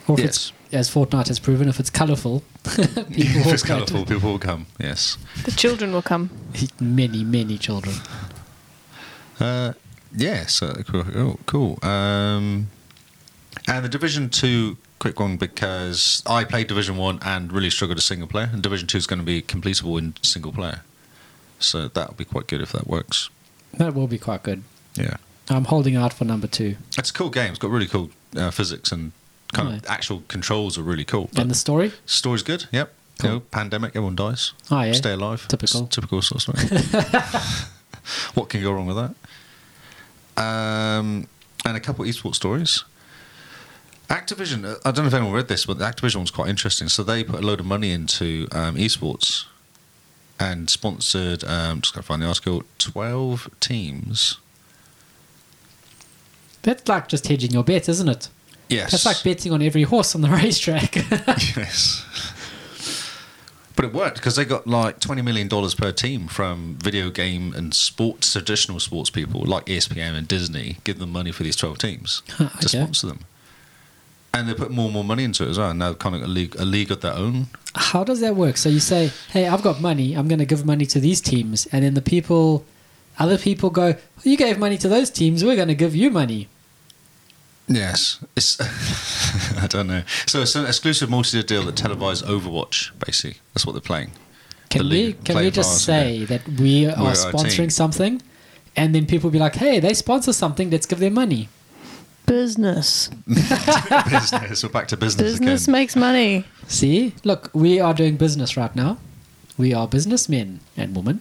C: Or if
B: Yes.
C: it's, as Fortnite has proven, if it's colourful, people
B: If
C: will
B: it's colourful, people will come. Yes.
A: The children will come.
C: many, many children.
B: Uh, yes. Uh, cool. Oh, cool. Um, and the Division Two quick one because I played Division One and really struggled with single player, and Division Two is going to be completable in single player. So that would be quite good if that works.
C: That will be quite good.
B: Yeah.
C: I'm holding out for number two.
B: It's a cool game. It's got really cool uh, physics and kind of
C: Right.
B: actual controls are really cool. but-
C: And the story?
B: Story's good. Yep.
C: Cool.
B: You know, pandemic, everyone dies.
C: Oh, yeah.
B: Stay alive.
C: Typical.
B: It's typical sort of thing. what can go wrong with that? Um, and a couple of esports stories. Activision, uh, I don't know if anyone read this, but the Activision one's quite interesting. So they put a load of money into um, esports and sponsored, um, just got to find the article, 12 teams.
C: That's like just hedging your bets, isn't it?
B: Yes.
C: That's like betting on every horse on the racetrack.
B: yes. But it worked because they got like twenty million dollars per team from video game and sports traditional sports people like E ESPN and Disney. Give them money for these twelve teams
C: Huh,
B: to
C: okay.
B: sponsor them, and they put more and more money into it as well. And now kind of a league, a league of their own.
C: How does that work? So you say, "Hey, I've got money. I'm going to give money to these teams," and then the people, other people go, "You gave money to those teams. We're going to give you money."
B: Yes, it's I don't know. So it's an exclusive multi-year deal that televised Overwatch. Basically, that's what they're playing. The
C: Can we
B: league
C: can
B: play
C: we
B: bars,
C: just say that we are
B: our team.
C: sponsoring something, and then people be like, "Hey, they sponsor something. Let's give them money."
A: Business.
B: business. We're back to business,
A: Business
B: again.
A: makes money.
C: See, look, we are doing business right now. We are businessmen and women.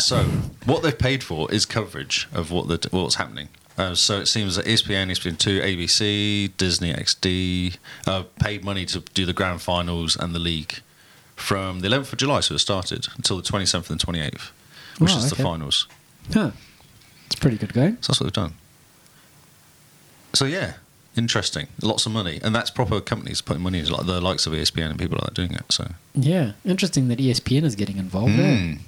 B: So, what they've paid for is coverage of what the what's happening. Uh, so it seems that ESPN, ESPN Two, ABC, Disney XD uh, paid money to do the grand finals and the league from the 11th of July, so it started, until the 27th and 28th,
C: Wow,
B: which is
C: okay.
B: the finals.
C: Huh. It's pretty good going.
B: So that's what they've done. So yeah, interesting. Lots of money, and that's proper companies putting money into like the likes of E ESPN and people like that doing it. So
C: Yeah. Interesting that E ESPN is getting involved. eh?
B: Mm.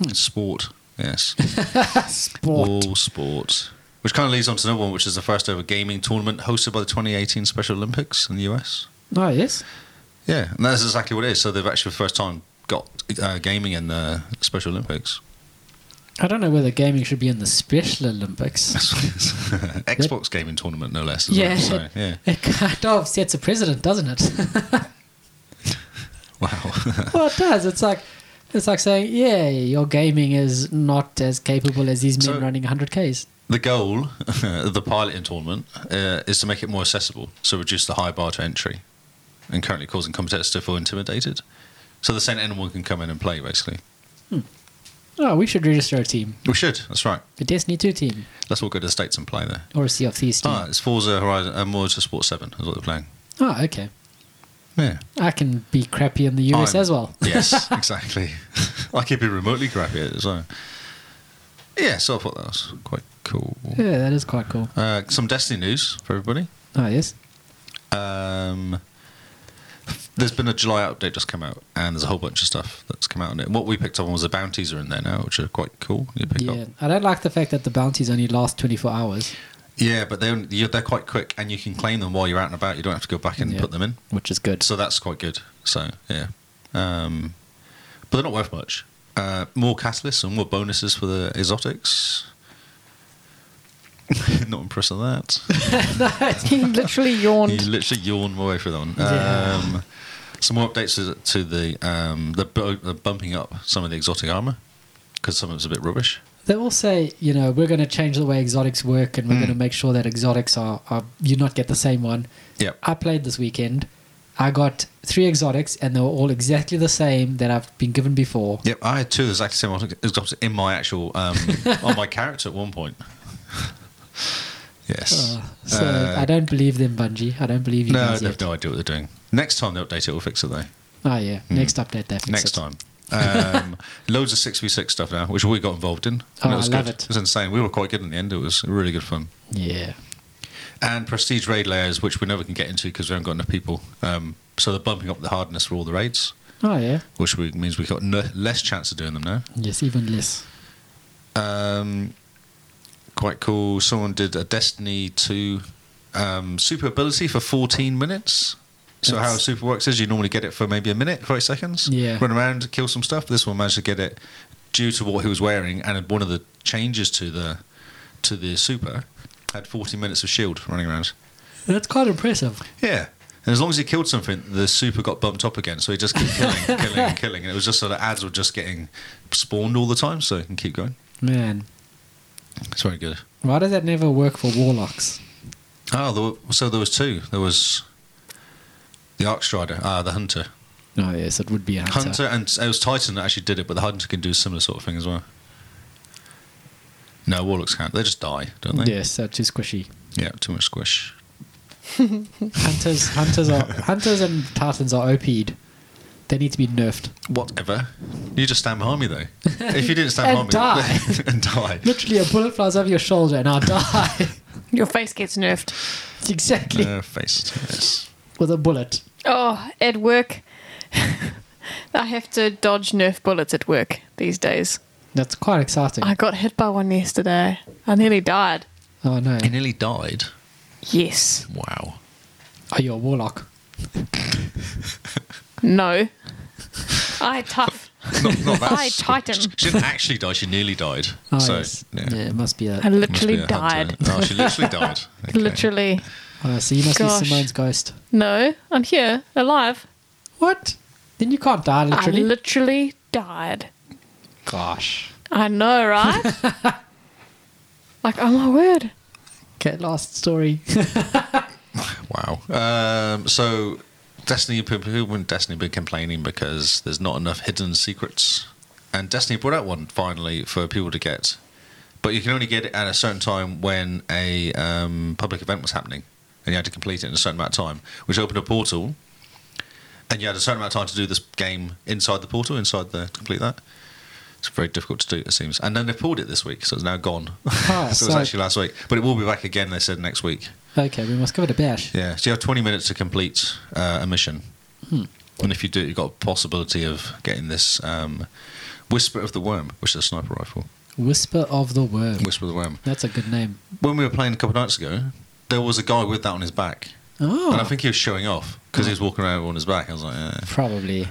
B: It's sport, yes, Hmm.
C: Sport.
B: all sports. Which kind of leads on to another one, which is the first ever gaming tournament hosted by the 2018 Special Olympics in the US.
C: Oh, yes.
B: Yeah, and that's exactly what it is. So they've actually for the first time got uh, gaming in the Special Olympics.
C: I don't know whether gaming should be in the Special Olympics.
B: Xbox gaming tournament, no less. As yeah.
C: Yeah.
B: Well. So, yeah.
C: It kind of sets a precedent, doesn't it?
B: Wow.
C: well, it does. It's like it's like saying, yeah, your gaming is not as capable as these men
B: So-
C: running 100Ks.
B: The goal of the piloting tournament uh, is to make it more accessible, so reduce the high bar to entry, and currently causing competitors to feel intimidated. So they're saying anyone can come in and play, basically.
C: Oh, we should register a team.
B: We should, that's right.
C: A Destiny 2 team.
B: Let's all go to the States and play there.
C: Or a Sea of Thieves team.
B: Ah, it's Forza Horizon, uh, Motorsport 7 is what they're playing.
C: Oh, okay.
B: Yeah.
C: I can be crappy in the US
B: I'm-
C: as well.
B: yes, exactly. I could be remotely crappy at it, so. Yeah, so I thought that was quite cool.
C: Yeah, that is quite cool.
B: Uh, some Destiny news for everybody.
C: Oh, yes.
B: Um, there's been a July update just come out, and there's a whole bunch of stuff that's come out on it. What we picked up on was the bounties are in there now, which are quite cool. You pick
C: Yeah.
B: up,
C: I don't like the fact that the bounties only last 24 hours,
B: yeah, but they only, you're, they're quite quick, and you can claim them while you're out and about. You don't have to go back and
C: Yeah.
B: put them in,
C: which is good.
B: so that's quite good. So yeah, um, but they're not worth much. Uh, more catalysts and more bonuses for the exotics. not impressed with that.
C: he literally yawned.
B: You literally yawned my way through that one.
C: Yeah.
B: Um, some more updates to, to the um, the bu- the bumping up some of the exotic armor because some of it's a bit rubbish.
C: They all say, you know, we're going to change the way exotics work and we're
B: Hmm.
C: going to make sure that exotics are, are, you not get the same one.
B: Yep.
C: I played this weekend. I got three exotics and they were all exactly the same that I've been given before.
B: Yep, I had two of the exact same exotic- exotic in my actual um, on my character at one point. yes.
C: Uh, so
B: Uh,
C: I don't believe them, Bungie. I don't believe you
B: no,
C: guys
B: they have
C: yet.
B: no idea what they're doing. Next time they update it, we'll fix it though.
C: Oh yeah, next update that.
B: Hmm. Next time. um, loads of six v six stuff now, which we got involved in.
C: Oh,
B: and
C: I
B: it was
C: love
B: good.
C: it.
B: It was insane. We were quite good in the end. It was really good fun.
C: Yeah.
B: and prestige raid layers, which we never can get into because we haven't got enough people. Um, so they're bumping up the hardness for all the raids,
C: Oh yeah.
B: which we, means we've got no, less chance of doing them now.
C: Yes, even less.
B: Um, quite cool. Someone did a Destiny 2 um, super ability for 14 minutes. So how
C: That's-
B: super works is you normally get it for maybe a minute, 30 seconds.
C: Yeah.
B: Run around, kill some stuff. This one managed to get it due to what he was wearing and one of the changes to the to the super had 40 minutes of shield running around.
C: That's quite impressive.
B: Yeah. And as long as he killed something, the super got bumped up again. So he just kept killing, killing, and killing. And it was just so the ads were just getting spawned all the time, so he can keep going.
C: Man,
B: It's very good.
C: why does that never work for warlocks?
B: Oh, there were, so there was two. There was the Archstrider, ah, the Hunter.
C: Oh yes, it would be a hunter.
B: Hunter, and it was Titan that actually did it, but the Hunter can do a similar sort of thing as well. No, Warlocks can't. They just die, don't they?
C: Yes, they're too squishy.
B: Yeah, too much squish.
C: Hunters, hunters are hunters and titans are OP'd. They need to be nerfed.
B: Whatever. You just stand behind me, though. If you didn't stand
C: And
B: behind me. and die.
C: Literally, a bullet flies over your shoulder and I die.
A: Your face gets nerfed.
C: exactly
B: Uh, face. Yes.
C: with a bullet.
A: Oh, at work, I have to dodge nerf bullets at work these days.
C: That's quite exciting.
A: I got hit by one yesterday. I nearly died.
C: oh no,
B: He nearly died.
A: Yes.
B: Wow.
C: are you a warlock?
A: No. I tough.
B: Not, not that.
A: I tighten.
B: She didn't actually die. She nearly died.
C: Oh,
B: so
C: yes.
B: yeah.
C: yeah, it must be
A: I
C: a.
B: Must be
A: literally
B: a hunter.
A: died.
B: Oh, she literally died. Okay.
A: Literally.
C: Oh, so you must
A: Gosh.
C: be Simone's ghost.
A: No, I'm here, alive.
C: What? Then you can't die literally.
A: I literally died.
C: Gosh.
A: I know, right? like, oh my word.
C: Okay, last story.
B: Wow. Um, so, Destiny people when Destiny been complaining because there's not enough hidden secrets, and Destiny brought out one finally for people to get, but you can only get it at a certain time when a um, public event was happening, and you had to complete it in a certain amount of time, which opened a portal and you had a certain amount of time to do this game inside the portal, inside the complete that. It's very difficult to do, it seems. And then they pulled it this week, so it's now gone.
C: Ah,
B: so, it was
C: so-
B: actually last week, but it will be back again. They said next week.
C: Okay, we must give it a bash.
B: Yeah, so you have 20 minutes to complete uh, a mission,
C: Hmm.
B: and if you do, it, you've got a possibility of getting this um, Whisper of the Worm, which is a sniper rifle.
C: Whisper of the Worm.
B: Whisper of the Worm.
C: That's a good name.
B: When we were playing a couple of nights ago, there was a guy with that on his back,
C: Oh, Hmm.
B: and I think he was showing off because he was walking around on his back. I was like, yeah.
C: probably.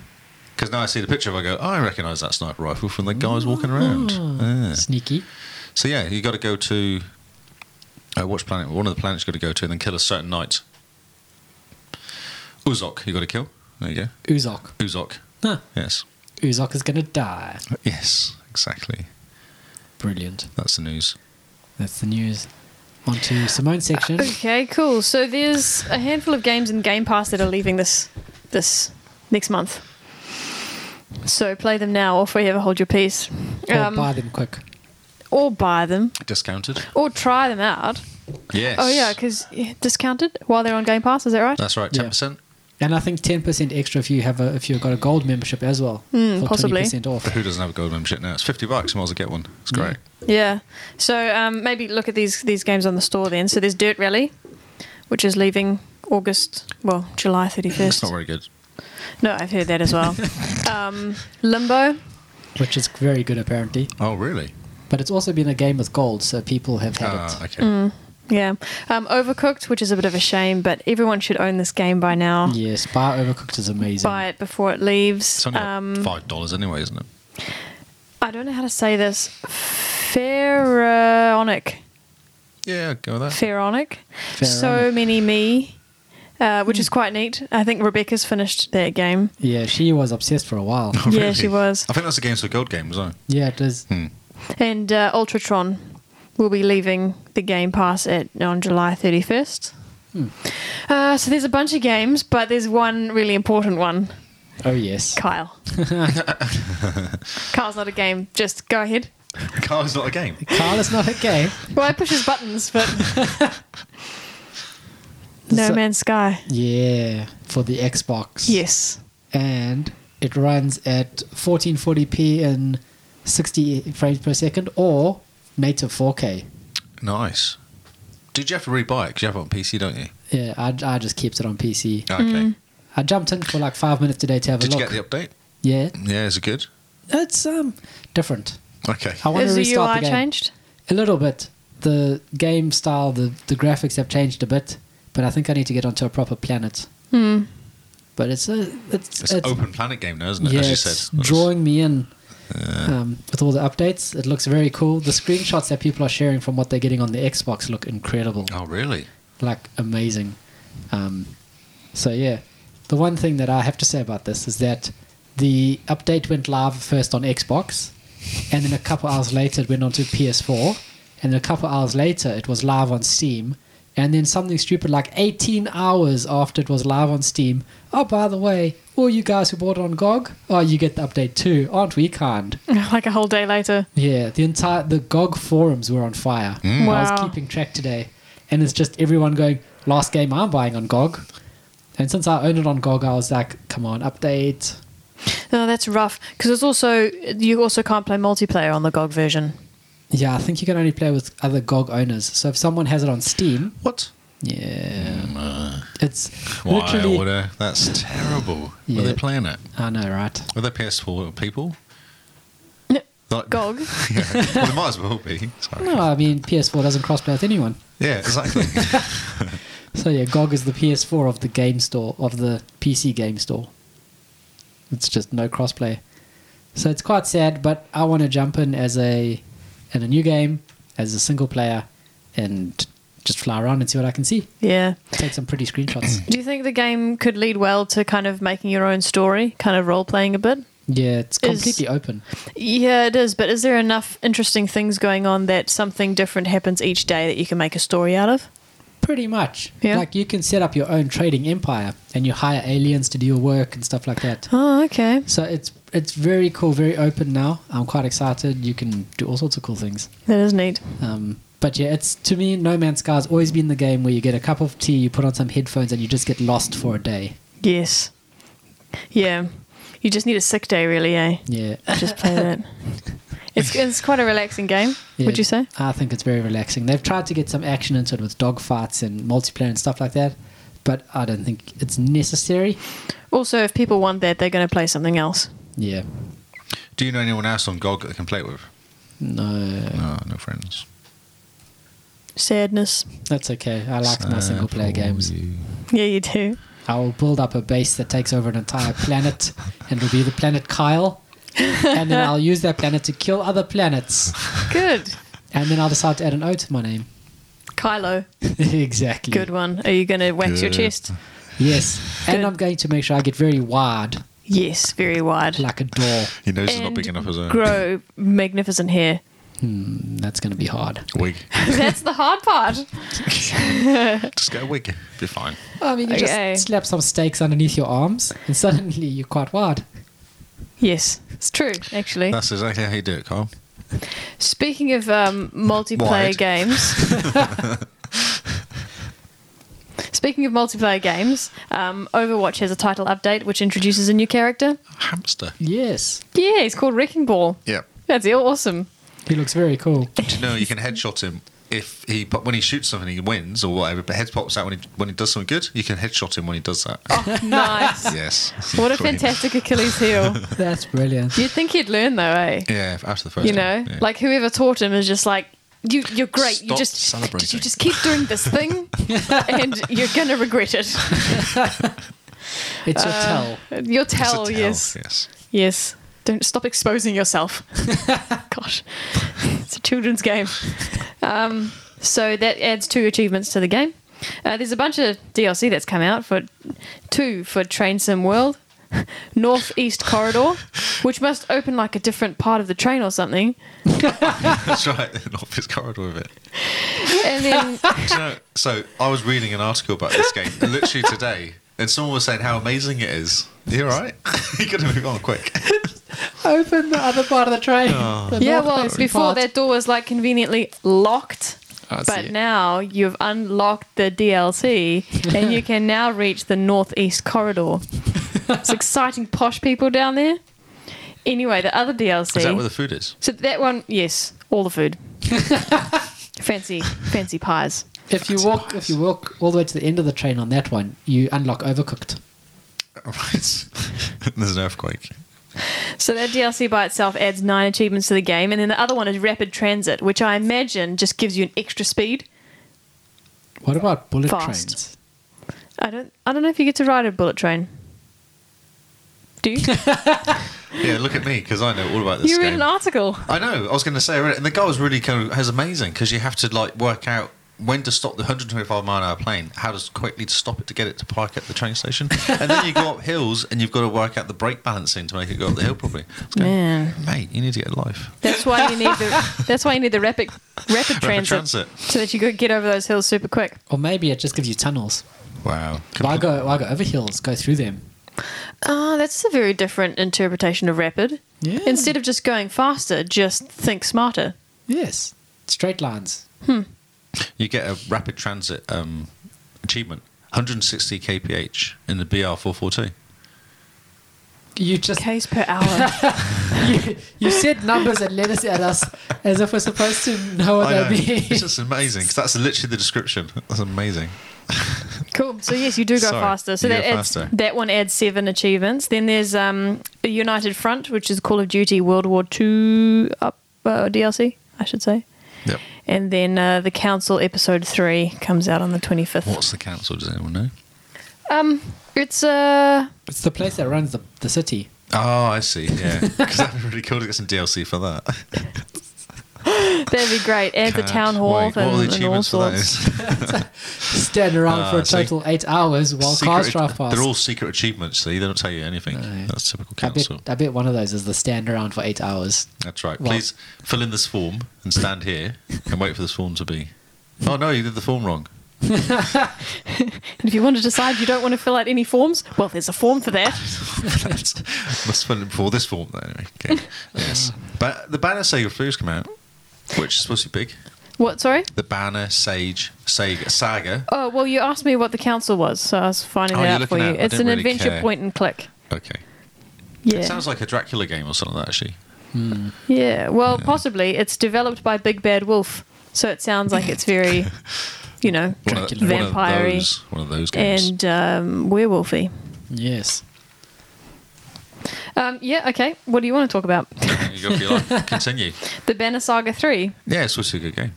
B: Because now I see the picture of it, I go, oh, I recognise that sniper rifle from the guys walking around.
C: Ah,
B: Yeah.
C: Sneaky.
B: So yeah, you got to go to uh, watch planet. One of the planets you got to go to, and then kill a certain knight. Uzok, you got to kill. There you
C: Uzok.
B: go, Uzok.
C: Huh.
B: Yes,
C: Uzok is going to die.
B: yes, exactly.
C: Brilliant.
B: That's the news.
C: That's the news. On to Simone's section.
A: Okay, cool. So there's a handful of games in Game Pass that are leaving this this next month. So play them now or forever hold your peace.
C: Or
A: Um,
C: buy them quick.
A: or buy them.
B: Discounted.
A: Or try them out.
B: Yes.
A: Oh yeah, because discounted while they're on Game Pass. Is that right?
B: That's right.
C: Yeah.
B: Ten percent.
C: And I think ten percent extra if you have a if you've got a gold membership as well.
A: Hmm,
C: for
A: possibly.
C: percent off.
B: Who doesn't have a gold membership now? It's fifty bucks. Might as well get one. It's great.
A: Yeah. So um, maybe look at these these games on the store then. So there's Dirt Rally, which is leaving August, well, July 31st.
B: It's not very good.
A: no, I've heard that as well. um, Limbo.
C: Which is very good apparently.
B: Oh really?
C: But it's also been a game with gold, so people have had
B: Ah,
C: it.
B: okay.
A: Mm. Yeah. Um, Overcooked, which is a bit of a shame, but everyone should own this game by now.
C: Yes, Bar Overcooked is amazing.
A: Buy it before it leaves.
B: It's only about
A: Um,
B: five dollars anyway, isn't it?
A: I don't know how to say this. Pharaonic.
B: Yeah, I'd go with that.
A: Pharaonic. So
C: Pharaonic.
A: many me, uh, which is quite neat. I think Rebecca's finished that game.
C: Yeah, she was obsessed for a while.
B: Oh,
A: Yeah, she was.
B: I think that's the games for gold game, Hmm. wasn't it?
C: yeah, it is.
A: And uh, Ultratron will be leaving the Game Pass at on July 31st.
C: Hmm.
A: Uh, so there's a bunch of games, but there's one really important one.
C: Oh yes.
A: Kyle. Kyle's not a game. Just go ahead.
B: Car's not a game.
C: Carl is not a game.
A: Well, I push his buttons, but No
C: So-
A: Man's Sky.
C: Yeah, for the Xbox.
A: Yes.
C: and it runs at 1440p and 60 frames per second or native 4K.
B: Nice. Did you have to rebuy it? Because you have it on PC, don't you?
C: Yeah, I, I just kept it on PC.
B: Ah, Okay.
A: Mm.
C: I jumped in for like five minutes today to have
B: Did
C: a
B: you
C: look.
B: get the update?
C: yeah,
B: Yeah, is it good?
C: it's um different.
B: Okay.
C: I want
A: Is
C: to
A: the
C: restart
A: UI
C: the game
A: changed?
C: a little bit. The game style, the the graphics have changed a bit, but I think I need to get onto a proper planet. Hmm. But it's a it's
B: It's, an open planet game now, isn't it?
C: yeah,
B: As you
C: it's
B: said.
C: drawing me in um, with all the updates. It looks very cool. The screenshots that people are sharing from what they're getting on the Xbox look incredible,
B: Oh, really?
C: like amazing. Um, so yeah, the one thing that I have to say about this is that the update went live first on Xbox, and then a couple hours later it went onto PS4, and then a couple hours later it was live on Steam. And then something stupid like 18 hours after it was live on Steam. Oh, by the way, all you guys who bought it on GOG, oh, you get the update too. Aren't we kind?
A: like a whole day later.
C: Yeah, the entire the GOG forums were on fire. I was
A: Wow.
C: keeping track today, and it's just everyone going last game I'm buying on GOG, and since I own it on GOG, I was like, come on, update.
A: No, Oh, that's rough. Because it's also you also can't play multiplayer on the GOG version.
C: Yeah, I think you can only play with other GOG owners. So if someone has it on Steam,
B: What?
C: yeah,
B: Uh,
C: it's
B: why
C: literally.
B: order? That's terrible. Were
C: Yeah.
B: they playing it?
C: I know, right?
B: Were they PS4 people?
A: No,
B: Like,
A: GOG.
B: yeah. Well, they might as well be. Sorry.
C: No, I mean PS4 doesn't crossplay with anyone.
B: Yeah, exactly.
C: So yeah, GOG is the PS4 of the game store of the PC game store. It's just no crossplay, so it's quite sad. But I want to jump in as a in a new game as a single player and just fly around and see what I can see.
A: Yeah.
C: Take some pretty screenshots.
A: Do you think the game could lead well to kind of making your own story, kind of role playing a bit?
C: yeah, it's
A: Is-
C: completely open.
A: Yeah, it is. But is there enough interesting things going on that something different happens each day that you can make a story out of?
C: Pretty much.
A: Yeah.
C: Like you can set up your own trading empire and you hire aliens to do your work and stuff like that.
A: Oh, okay.
C: So it's it's very cool, very open now. I'm quite excited. You can do all sorts of cool things.
A: That is neat.
C: Um, but yeah, it's to me, No Man's Sky has always been the game where you get a cup of tea, you put on some headphones, and you just get lost for a day.
A: Yes. Yeah. You just need a sick day, really, eh?
C: Yeah.
A: Just play that. It's, it's quite a relaxing game,
C: Yeah.
A: would you say?
C: I think it's very relaxing. They've tried to get some action into it with dogfights and multiplayer and stuff like that, but I don't think it's necessary.
A: Also, if people want that, they're going to play something else.
C: Yeah.
B: Do you know anyone else on GOG that they can play it with?
C: No.
B: No, no friends.
A: Sadness.
C: That's okay. I like my single player games.
A: Yeah, you do.
C: I will build up a base that takes over an entire planet and will be the planet Kyle. and then I'll use that planet to kill other planets.
A: Good.
C: And then I'll decide to add an O to my name.
A: Kylo.
C: exactly.
A: Good one. Are you going to wax your
B: Good.
A: chest?
C: Yes. And
A: Good.
C: I'm going to make sure I get very wide,
A: Yes, very wide.
C: like a door.
B: He knows he's
A: and
B: not big enough as a
A: grow magnificent hair.
C: Mm, That's going to be hard.
B: wig.
A: That's the hard part.
B: Just get a wig. Be fine.
C: I mean, you
A: Okay.
C: just slap some stakes underneath your arms, and suddenly you're quite wide.
A: Yes, it's true, actually.
B: That's exactly how you do it, Carl.
A: Speaking of um, multiplayer
B: Wide.
A: games. Speaking of multiplayer games, um, Overwatch has a title update which introduces a new character.
B: Hamster.
C: Yes.
A: Yeah, he's called Wrecking Ball.
B: Yep.
A: That's aw- awesome.
C: He looks very cool.
B: Do you know you can headshot him if he pop- when he shoots something he wins or whatever, but head pops out when he when he does something good. You can headshot him when he does that.
C: Oh.
A: Nice.
B: Yes.
A: What a
B: Queen.
A: fantastic Achilles heel.
C: That's brilliant.
A: You'd think he'd learn though, eh?
B: Yeah, after the first.
A: You know,
B: one, yeah.
A: like whoever taught him is just like, you, you're great. you
B: Stop
A: just
B: celebrating.
A: you just keep doing this thing, and you're gonna regret it.
C: It's your tell.
A: You'll
B: It's a
A: tell,
B: tell,
A: yes,
B: yes.
A: yes. Don't stop exposing yourself. Gosh, it's a children's game. Um, so that adds two achievements to the game. Uh, there's a bunch of DLC that's come out for two for Train Sim World, Northeast Corridor, which must open like a different part of the train or something.
B: That's right. An office corridor with it.
A: And then
B: Do you know, so I was reading an article about this game literally today, and someone was saying how amazing it is. You all right? you got to move on quick.
C: Open the other part of the train. The
A: Yeah,
C: north
A: well,
C: facing
A: before
C: part.
A: that door was like conveniently locked.
C: I
A: but
C: see.
A: now you've unlocked the DLC and you can now reach the northeast corridor. it's exciting, posh people down there. Anyway, the other DLC.
B: Is that where the food is?
A: so that one, yes, all the food. fancy, fancy pies.
C: If you walk, if you walk all the way to the end of the train on that one, you unlock overcooked.
B: Right. There's an earthquake.
A: So that DLC by itself adds nine achievements to the game, and then the other one is rapid transit, which I imagine just gives you an extra speed.
C: What about bullet
A: Fast.
C: trains?
A: I don't, I don't know if you get to ride a bullet train. Do you?
B: Yeah, look at me because I know all about this
A: You read
B: game.
A: an article.
B: I know. I was going to say, I read it, and the guy was really kind of has amazing because you have to like work out when to stop the 125 mile an hour plane, how to quickly to stop it to get it to park at the train station, and then you go up hills and you've got to work out the brake balancing to make it go up the hill properly. I was going,
A: Man,
B: Mate, you need to get a life.
A: that's why you need the that's why you need the rapid rapid
B: Rapid
A: transit,
B: transit.
A: so that you could get over those hills super quick.
C: Or maybe it just gives you tunnels.
B: Wow.
C: Why go? Why go over hills? Go through them.
A: Ah, that's a very different interpretation of rapid.
C: Yeah.
A: Instead of just going faster, just think smarter.
C: Yes. Straight lines.
B: You get a rapid transit um, achievement, 160 kph in the BR442.
C: You just
A: K's per hour.
C: you, you said numbers and letters at us as if we're supposed to know what
B: I know.
C: they mean.
B: It's just amazing because that's literally the description. That's amazing.
A: cool. So yes, you do go
B: Sorry,
A: faster. So
B: you
A: that
B: go
A: adds,
B: faster.
A: that one adds seven achievements. Then there's um, a United Front, which is Call of Duty World War Two up uh, DLC, I should say.
B: Yep.
A: And then uh, the Council Episode Three comes out on the twenty fifth.
B: What's the council? Does anyone know?
A: Um, it's uh
C: It's the place that runs the, the city.
B: Oh, I see. Yeah, because that'd be really cool to get some DLC for that.
A: That'd be great. Add the
B: Can't
A: town hall
B: wait.
A: and,
B: what are the
A: and all
B: achievements for that?
A: sorts.
B: Is
C: Stand around for
B: Ah,
C: a
B: so-
C: total eight hours while cars
B: secret-
C: drive past.
B: They're all secret achievements. See, they don't tell you anything.
C: No.
B: That's typical
C: I bet,
B: council.
C: I bet one of those is the stand around for eight hours.
B: That's right.
C: Well-
B: Please fill in this form and stand here and wait for this form to be. Oh no, you did the form wrong.
A: And if you want to decide you don't want to fill out any forms, well, there's a form for that.
B: Must have been before this form, though. Anyway, okay. yes. But the Banner Sega Blues come out, which is supposed to be big.
A: What? Sorry.
B: The Banner Sage Sega Saga.
A: Oh well, you asked me what the council was, so I was finding
B: Oh,
A: that
B: you're
A: out for
B: looking
A: you.
B: at it. I
A: It's an
B: didn't really
A: adventure
B: care.
A: point and click.
B: Okay. It
A: Yeah.
B: sounds like a Dracula game or something like that, actually.
A: Yeah. Well, possibly it's developed by Big Bad Wolf, so it sounds like it's very, you know,
B: One of, one
C: Dracula.
B: of
A: Vampire-y
B: those, one of those games.
A: and um, werewolfy.
C: Yes.
A: Um, yeah. Okay. What do you want to talk about?
B: you go for your life. Continue.
A: the Banner Saga Three.
B: Yeah, it's also a good game.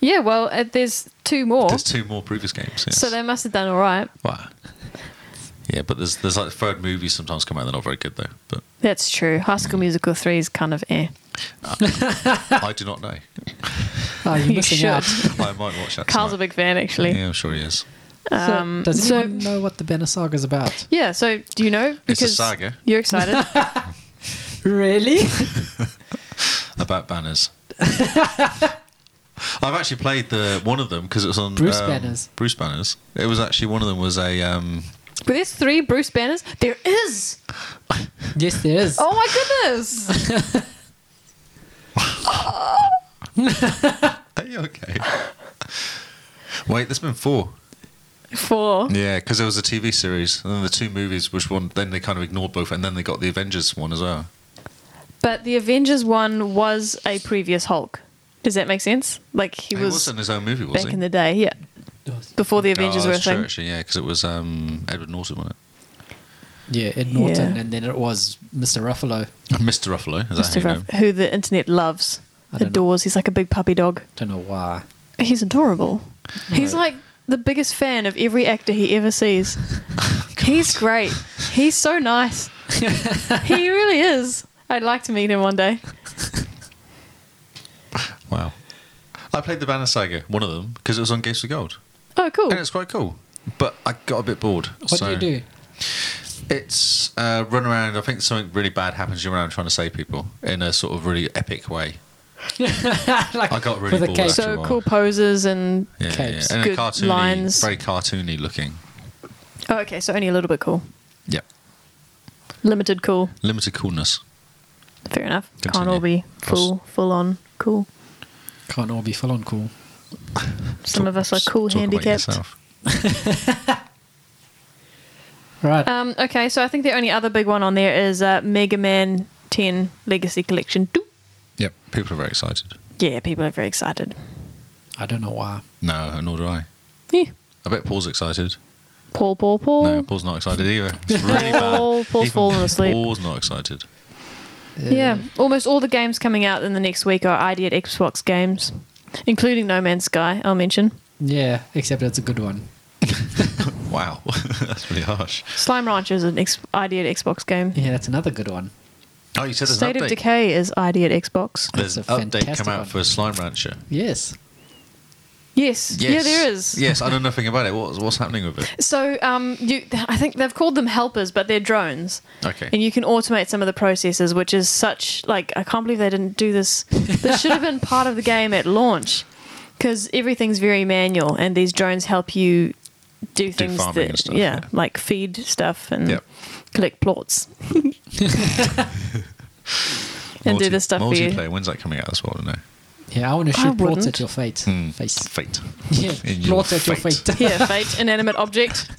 A: Yeah. Well, uh, there's two more,
B: There's two more previous games. Yes.
A: so they must have done all right.
B: Wow. Yeah, but there's there's like third movies sometimes come out. They're not very good though. But
A: That's true. High School Musical Three is kind of eh.
B: I do not know.
C: Oh, you're
A: You
C: missing
A: should.
C: out.
B: I might watch that.
A: Carl's a
B: tonight.
A: big fan, actually.
B: Yeah, I'm sure he is.
A: Um,
C: so, does
A: so-
C: anyone know what the Banner Saga is about?
A: Yeah, so do you know?
B: It's a saga.
A: You're excited.
C: Really?
B: About banners. I've actually played the one of them because it was on
C: Bruce
B: um,
C: Banners.
B: Bruce banners. It was actually one of them was a um,
A: but there's three Bruce Banners. There is.
C: yes, there is.
A: Oh my goodness.
B: Are you okay? Wait, there's been four.
A: Four.
B: Yeah, because there was a TV series and then the two movies, which one then they kind of ignored both, and then they got the Avengers one as well.
A: But the Avengers one was a previous Hulk. Does that make sense? Like he
B: It
A: was,
B: was not his own movie, was
A: back
B: he?
A: in the day. Yeah, before the Avengers
B: oh,
A: were a
B: that's true,
A: thing.
B: actually, yeah, because it was um, Edward Norton, wasn't
C: Yeah, Ed Norton,
A: Yeah.
C: and then it was Mr. Ruffalo.
B: it? Mr. Ruffalo, is that
A: Mr.
B: how you know?
A: Ruff- who the internet loves,
C: I don't know.
A: adores. He's like a big puppy dog.
C: Don't know why.
A: He's adorable. He's like the biggest fan of every actor he ever sees. He's great. He's so nice. he really is. I'd like to meet him one day.
B: Wow. I played the Banner Saga, one of them, because it was on Games for Gold,
A: Oh, cool.
B: and it's quite cool. But I got a bit bored.
C: What
B: so
C: do you do?
B: It's uh, run around. I think something really bad happens. You're around trying to save people in a sort of really epic way.
C: like,
B: I got really
C: with a
B: bored
C: cape.
B: after a
A: so
B: while.
A: cool poses and.
B: Yeah, yeah,
C: Capes.
B: and
A: Good
B: a cartoony,
A: lines.
B: very cartoony looking.
A: Oh, okay. So only a little bit cool.
B: Yep.
A: Limited cool.
B: Limited coolness.
A: Fair enough. Can't
B: Continue.
A: all be full, full on cool.
C: Can't all be full on cool.
A: Some of us are
B: S-
A: cool
B: talk about
A: handicapped.
B: yourself.
C: Right.
A: Um, okay, so I think the only other big one on there is uh, Mega Man 10 Legacy Collection 2.
B: Yep. People are very excited.
A: Yeah, people are very excited.
C: I don't know why.
B: No, nor do I.
A: Yeah.
B: I bet Paul's excited.
A: Paul, Paul, Paul.
B: No, Paul's not excited either. It's really
A: Paul-
B: bad.
A: Paul's
B: Even
A: fallen asleep.
B: Paul's not excited.
C: Uh,
A: Yeah, almost all the games coming out in the next week are ID at Xbox games, including No Man's Sky, I'll mention.
C: Yeah, except it's a good one.
B: Wow, that's really harsh.
A: Slime Ranch is an X- ID at Xbox game.
C: Yeah, that's another good one.
B: Oh, you said there's
A: State
B: an update.
A: of Decay is ID at Xbox.
B: There's an
C: That's a
B: update
C: fantastic
B: come out
C: one.
B: for Slime Rancher.
C: Yes.
A: Yes. Yeah, there is.
B: Yes, I know nothing about it. What's what's happening with it?
A: So um, you, I think they've called them helpers, but they're drones.
B: Okay.
A: And you can automate some of the processes, which is such like I can't believe they didn't do this. This should have been part of the game at launch, because everything's very manual, and these drones help you do things
B: farming
A: that
B: and stuff,
A: yeah,
B: yeah.
A: like feed stuff and
B: Yep.
A: collect plots. and do
B: Multi-
A: this stuff for you.
B: Multiplayer. When's that coming out? That's what I want to know. Hmm.
C: Yeah, I want to shoot plots
A: wouldn't.
C: at your fate. Face.
B: Fate.
C: Yeah,
B: In your
C: plots at your
B: fate.
C: fate.
A: Here, fate, inanimate object.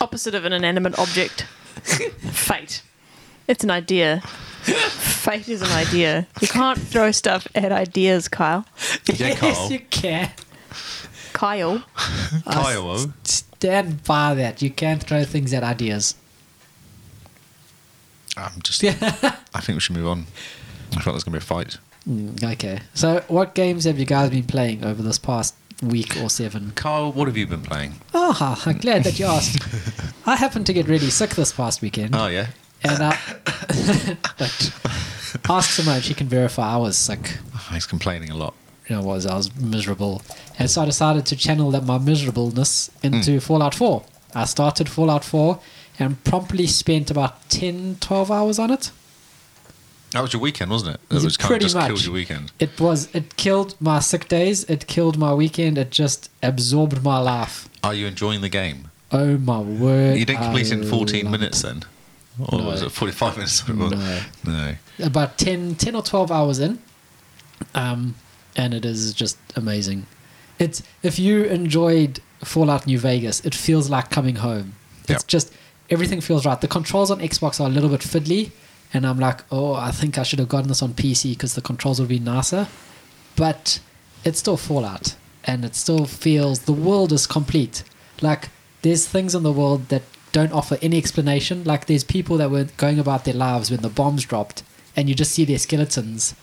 A: Opposite of an inanimate object. Fate. It's an idea. Fate is an idea. You can't throw stuff at ideas, Kyle.
B: Yeah, Carl.
C: yes, you can.
A: Kyle.
B: Kyle. oh.
C: Stand by that. You can't throw things at ideas.
B: I'm just.
C: Hmm,
B: I think we should move on. I felt there's gonna be a fight.
C: Mm, okay. So, what games have you guys been playing over this past week or seven?
B: Kyle, what have you been playing?
C: Ah, I'm glad that you asked. I happened to get really sick this past weekend,
B: Oh yeah.
C: and I. but ask Simone; she can verify I was sick.
B: Oh, He's complaining a lot.
C: You know, I was I was miserable, and so I decided to channel that my miserableness
B: Mm.
C: into Fallout 4. I started Fallout 4 and promptly spent about 10, 12 hours on it.
B: That was your weekend, wasn't it? That
C: It's
B: was kind of
C: pretty
B: just
C: much.
B: killed your weekend.
C: It was it killed my sick days. It killed my weekend. It just absorbed my life.
B: Are you enjoying the game?
C: Oh my word!
B: You didn't complete it
C: I
B: in 14
C: loved
B: minutes then? Or
C: Um, No.
B: was it 45 minutes?
C: No.
B: No.
C: about 10, 10 or 12 hours in um, and it is just amazing it's if you enjoyed fallout new vegas it feels like coming home it's
B: Yep.
C: just everything feels right. The controls on Xbox are a little bit fiddly, and I'm like, oh, I think I should have gotten this on PC because the controls would be nicer. But it's still Fallout, and it still feels the world is complete. Like there's things in the world that don't offer any explanation. Like there's people that were going about their lives when the bombs dropped, and you just see their skeletons.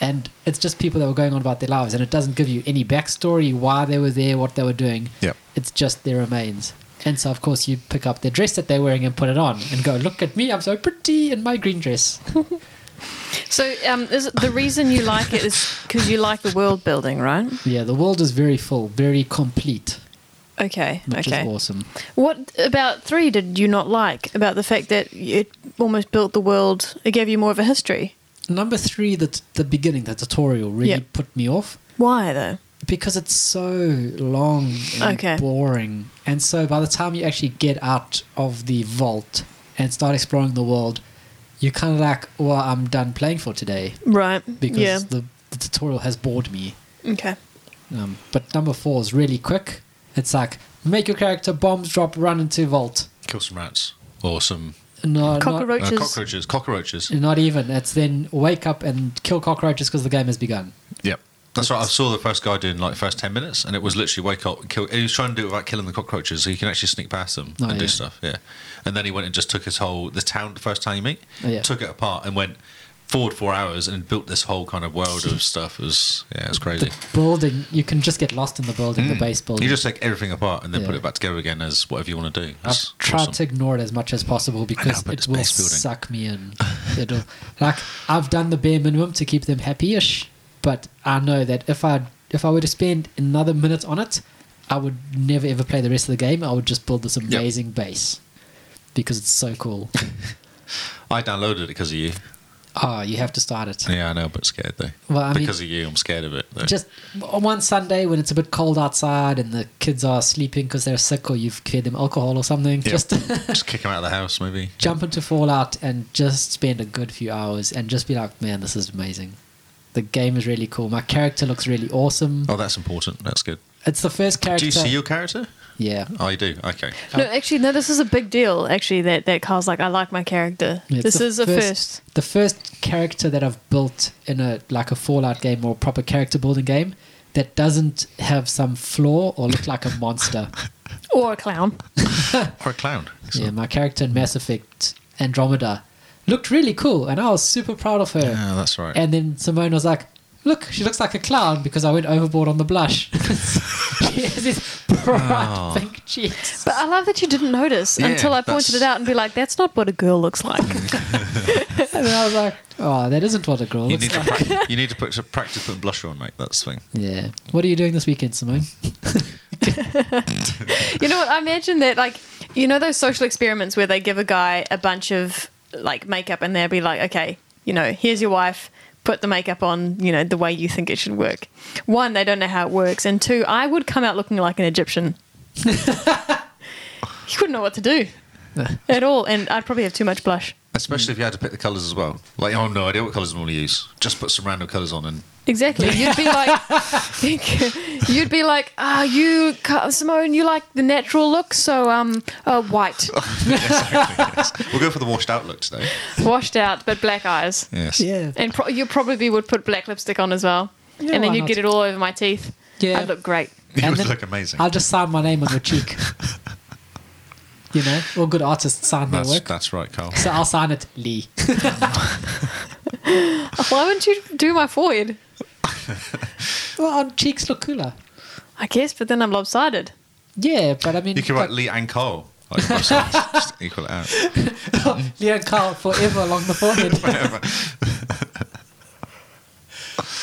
C: And it's just people that were going on about their lives, and it doesn't give you any backstory why they were there, what they were doing.
D: Yep.
C: It's just their remains. And so, of course, you pick up the dress that they're wearing and put it on and go, look at me, I'm so pretty in my green dress.
A: So, um, is it, the reason you like it is because you like the world building, right?
C: yeah, the world is very full, very complete,
A: Okay.
C: which
A: okay.
C: is awesome.
A: What about three did you not like about the fact that it almost built the world? It gave you more of a history.
C: Number three, the, t- the beginning, the tutorial really
A: Yeah.
C: put me off
A: Why though?
C: because it's so long and
A: Okay.
C: boring. And so, by the time you actually get out of the vault and start exploring the world, you're kind of like, well, I'm done playing for today
A: Right.
C: because
A: yeah.
C: the, the tutorial has bored me.
A: Okay.
C: Um, but number four is really quick. It's like make your character bombs drop, run into vault.
B: Kill some rats or some
C: No, not,
A: Cockroach-
B: uh,
A: Roaches.
B: cockroaches. Cockroaches.
C: not even. It's then wake up and kill cockroaches because the game has begun.
D: Yep.
B: That's right. I saw the first guy doing like the first ten minutes, and it was literally wake up and kill. He was trying to do it without killing the cockroaches, so you can actually sneak past them
C: Oh,
B: and do
C: yeah.
B: stuff. Yeah. And then he went and just took his whole the town the first town you meet,
C: Oh, yeah.
B: took it apart and went forward four hours and built this whole kind of world of stuff. It was yeah, it was crazy.
C: The building, you can just get lost in the building, the base building.
B: Hmm. You just take everything apart and then put
C: Yeah.
B: it back together again as whatever you want to do. It's
C: I've tried
B: awesome.
C: to ignore it as much as possible because
B: but
C: it
B: it's
C: will
B: base building.
C: suck me in. It'll like I've done the bare minimum to keep them happy-ish, but I know that if I if I were to spend another minute on it, I would never ever play the rest of the game. I would just build this amazing base because it's so cool.
B: I downloaded it because of you.
C: Ah, you have to start it.
B: Yeah, I know, but scared though.
C: Well, I mean-
B: because uh, of you, I'm scared of it. Though.
C: Just on one Sunday when it's a bit cold outside and the kids are sleeping because they're sick or you've fed them alcohol or something,
B: Yeah.
C: just
B: just kick him out of the house, maybe.
C: jump into Fallout and just spend a good few hours and just be like, man, this is amazing. The game is really cool. My character looks really awesome.
B: Oh, that's important. That's good.
C: It's the first
B: Do
C: character.
B: you see your character?
C: Yeah.
B: Oh, you do. Okay.
A: No, actually, no. This is a big deal. Actually, that that Carl's like, I like my character.
C: It's
A: this
C: the
A: is a first.
C: The first character that I've built in a like a Fallout game or a proper character building game that doesn't have some flaw or look like a monster.
A: or a clown.
B: Or a clown.
C: yeah, my character in Mass Effect Andromeda looked really cool and I was super proud of her.
B: Yeah, that's right.
C: And then Simone was like, "Look, she looks like a clown because I went overboard on the blush." she has these bright
B: Oh.
C: pink cheeks.
A: But I love that you didn't notice
B: Yeah,
A: until I pointed
B: that's-
A: it out and be like, that's not what a girl looks like.
C: And then I was like, "Oh, that isn't what a girl
B: you,
C: looks
B: need to
C: like."
B: prac- you need to put to practice putting blusher on, mate. That's the thing.
C: Yeah. What are you doing this weekend, Simone?
A: You know what? I imagine that, like, you know, those social experiments where they give a guy a bunch of like makeup and they'll be like, okay, you know, here's your wife, put the makeup on, you know, the way you think it should work. One, they don't know how it works. And two, I would come out looking like an Egyptian. you wouldn't know what to do at all. And I'd probably have too much blush.
C: Mm.
B: Especially if you had to pick the colours as well. Like, I have no idea what colours I'm going to use. Just put some random colours on and
A: Exactly. You'd be like, think, you'd be like, ah, you, Ca- Simone, you like the natural look, so um, uh, white,
B: we'll go for the washed out look today.
A: washed out, but black eyes,
B: Yes.
C: Yeah.
A: and pro- you probably would put black lipstick on as well,
C: Yeah,
A: and then
C: why
A: you'd
C: not?
A: get it all over my teeth.
C: Yeah.
A: I'd look great.
B: You
C: And
B: would
C: then
B: look amazing.
C: I'll just sign my name on your cheek. you know, all good artists sign their
B: That's,
C: work.
B: that's right, Carl.
C: So I'll sign it Lee.
A: Oh, Why wouldn't you do my forehead?
C: well, our cheeks look cooler.
A: I guess, but then I'm lopsided.
C: Yeah, but I mean,
B: You can write Lee and Carl. Like, just equal it out.
C: Leo and Carl forever along the forehead.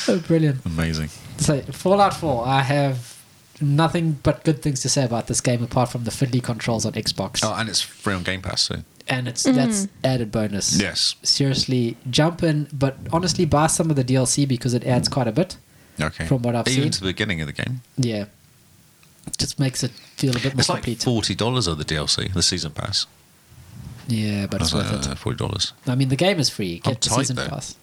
C: oh, brilliant.
B: Amazing.
C: So Fallout 4, I have nothing but good things to say about this game apart from the fiddly controls on Xbox,
B: Oh, and it's free on Game Pass, so.
C: and it's that's added bonus.
B: Yes.
C: Seriously, jump in, but honestly, buy some of the DLC because it adds quite a bit.
B: Okay.
C: From what I've
B: Even
C: seen.
B: to the beginning of the game.
C: Yeah, just makes it feel a bit more
B: It's like
C: complete.
B: $40 of the DLC, the season pass.
C: yeah, but
B: I was
C: it's
B: like,
C: worth
B: uh,
C: it.
B: $40.
C: I mean, the game is free.
B: I'm
C: Get the
B: tight,
C: season
B: though.
C: pass.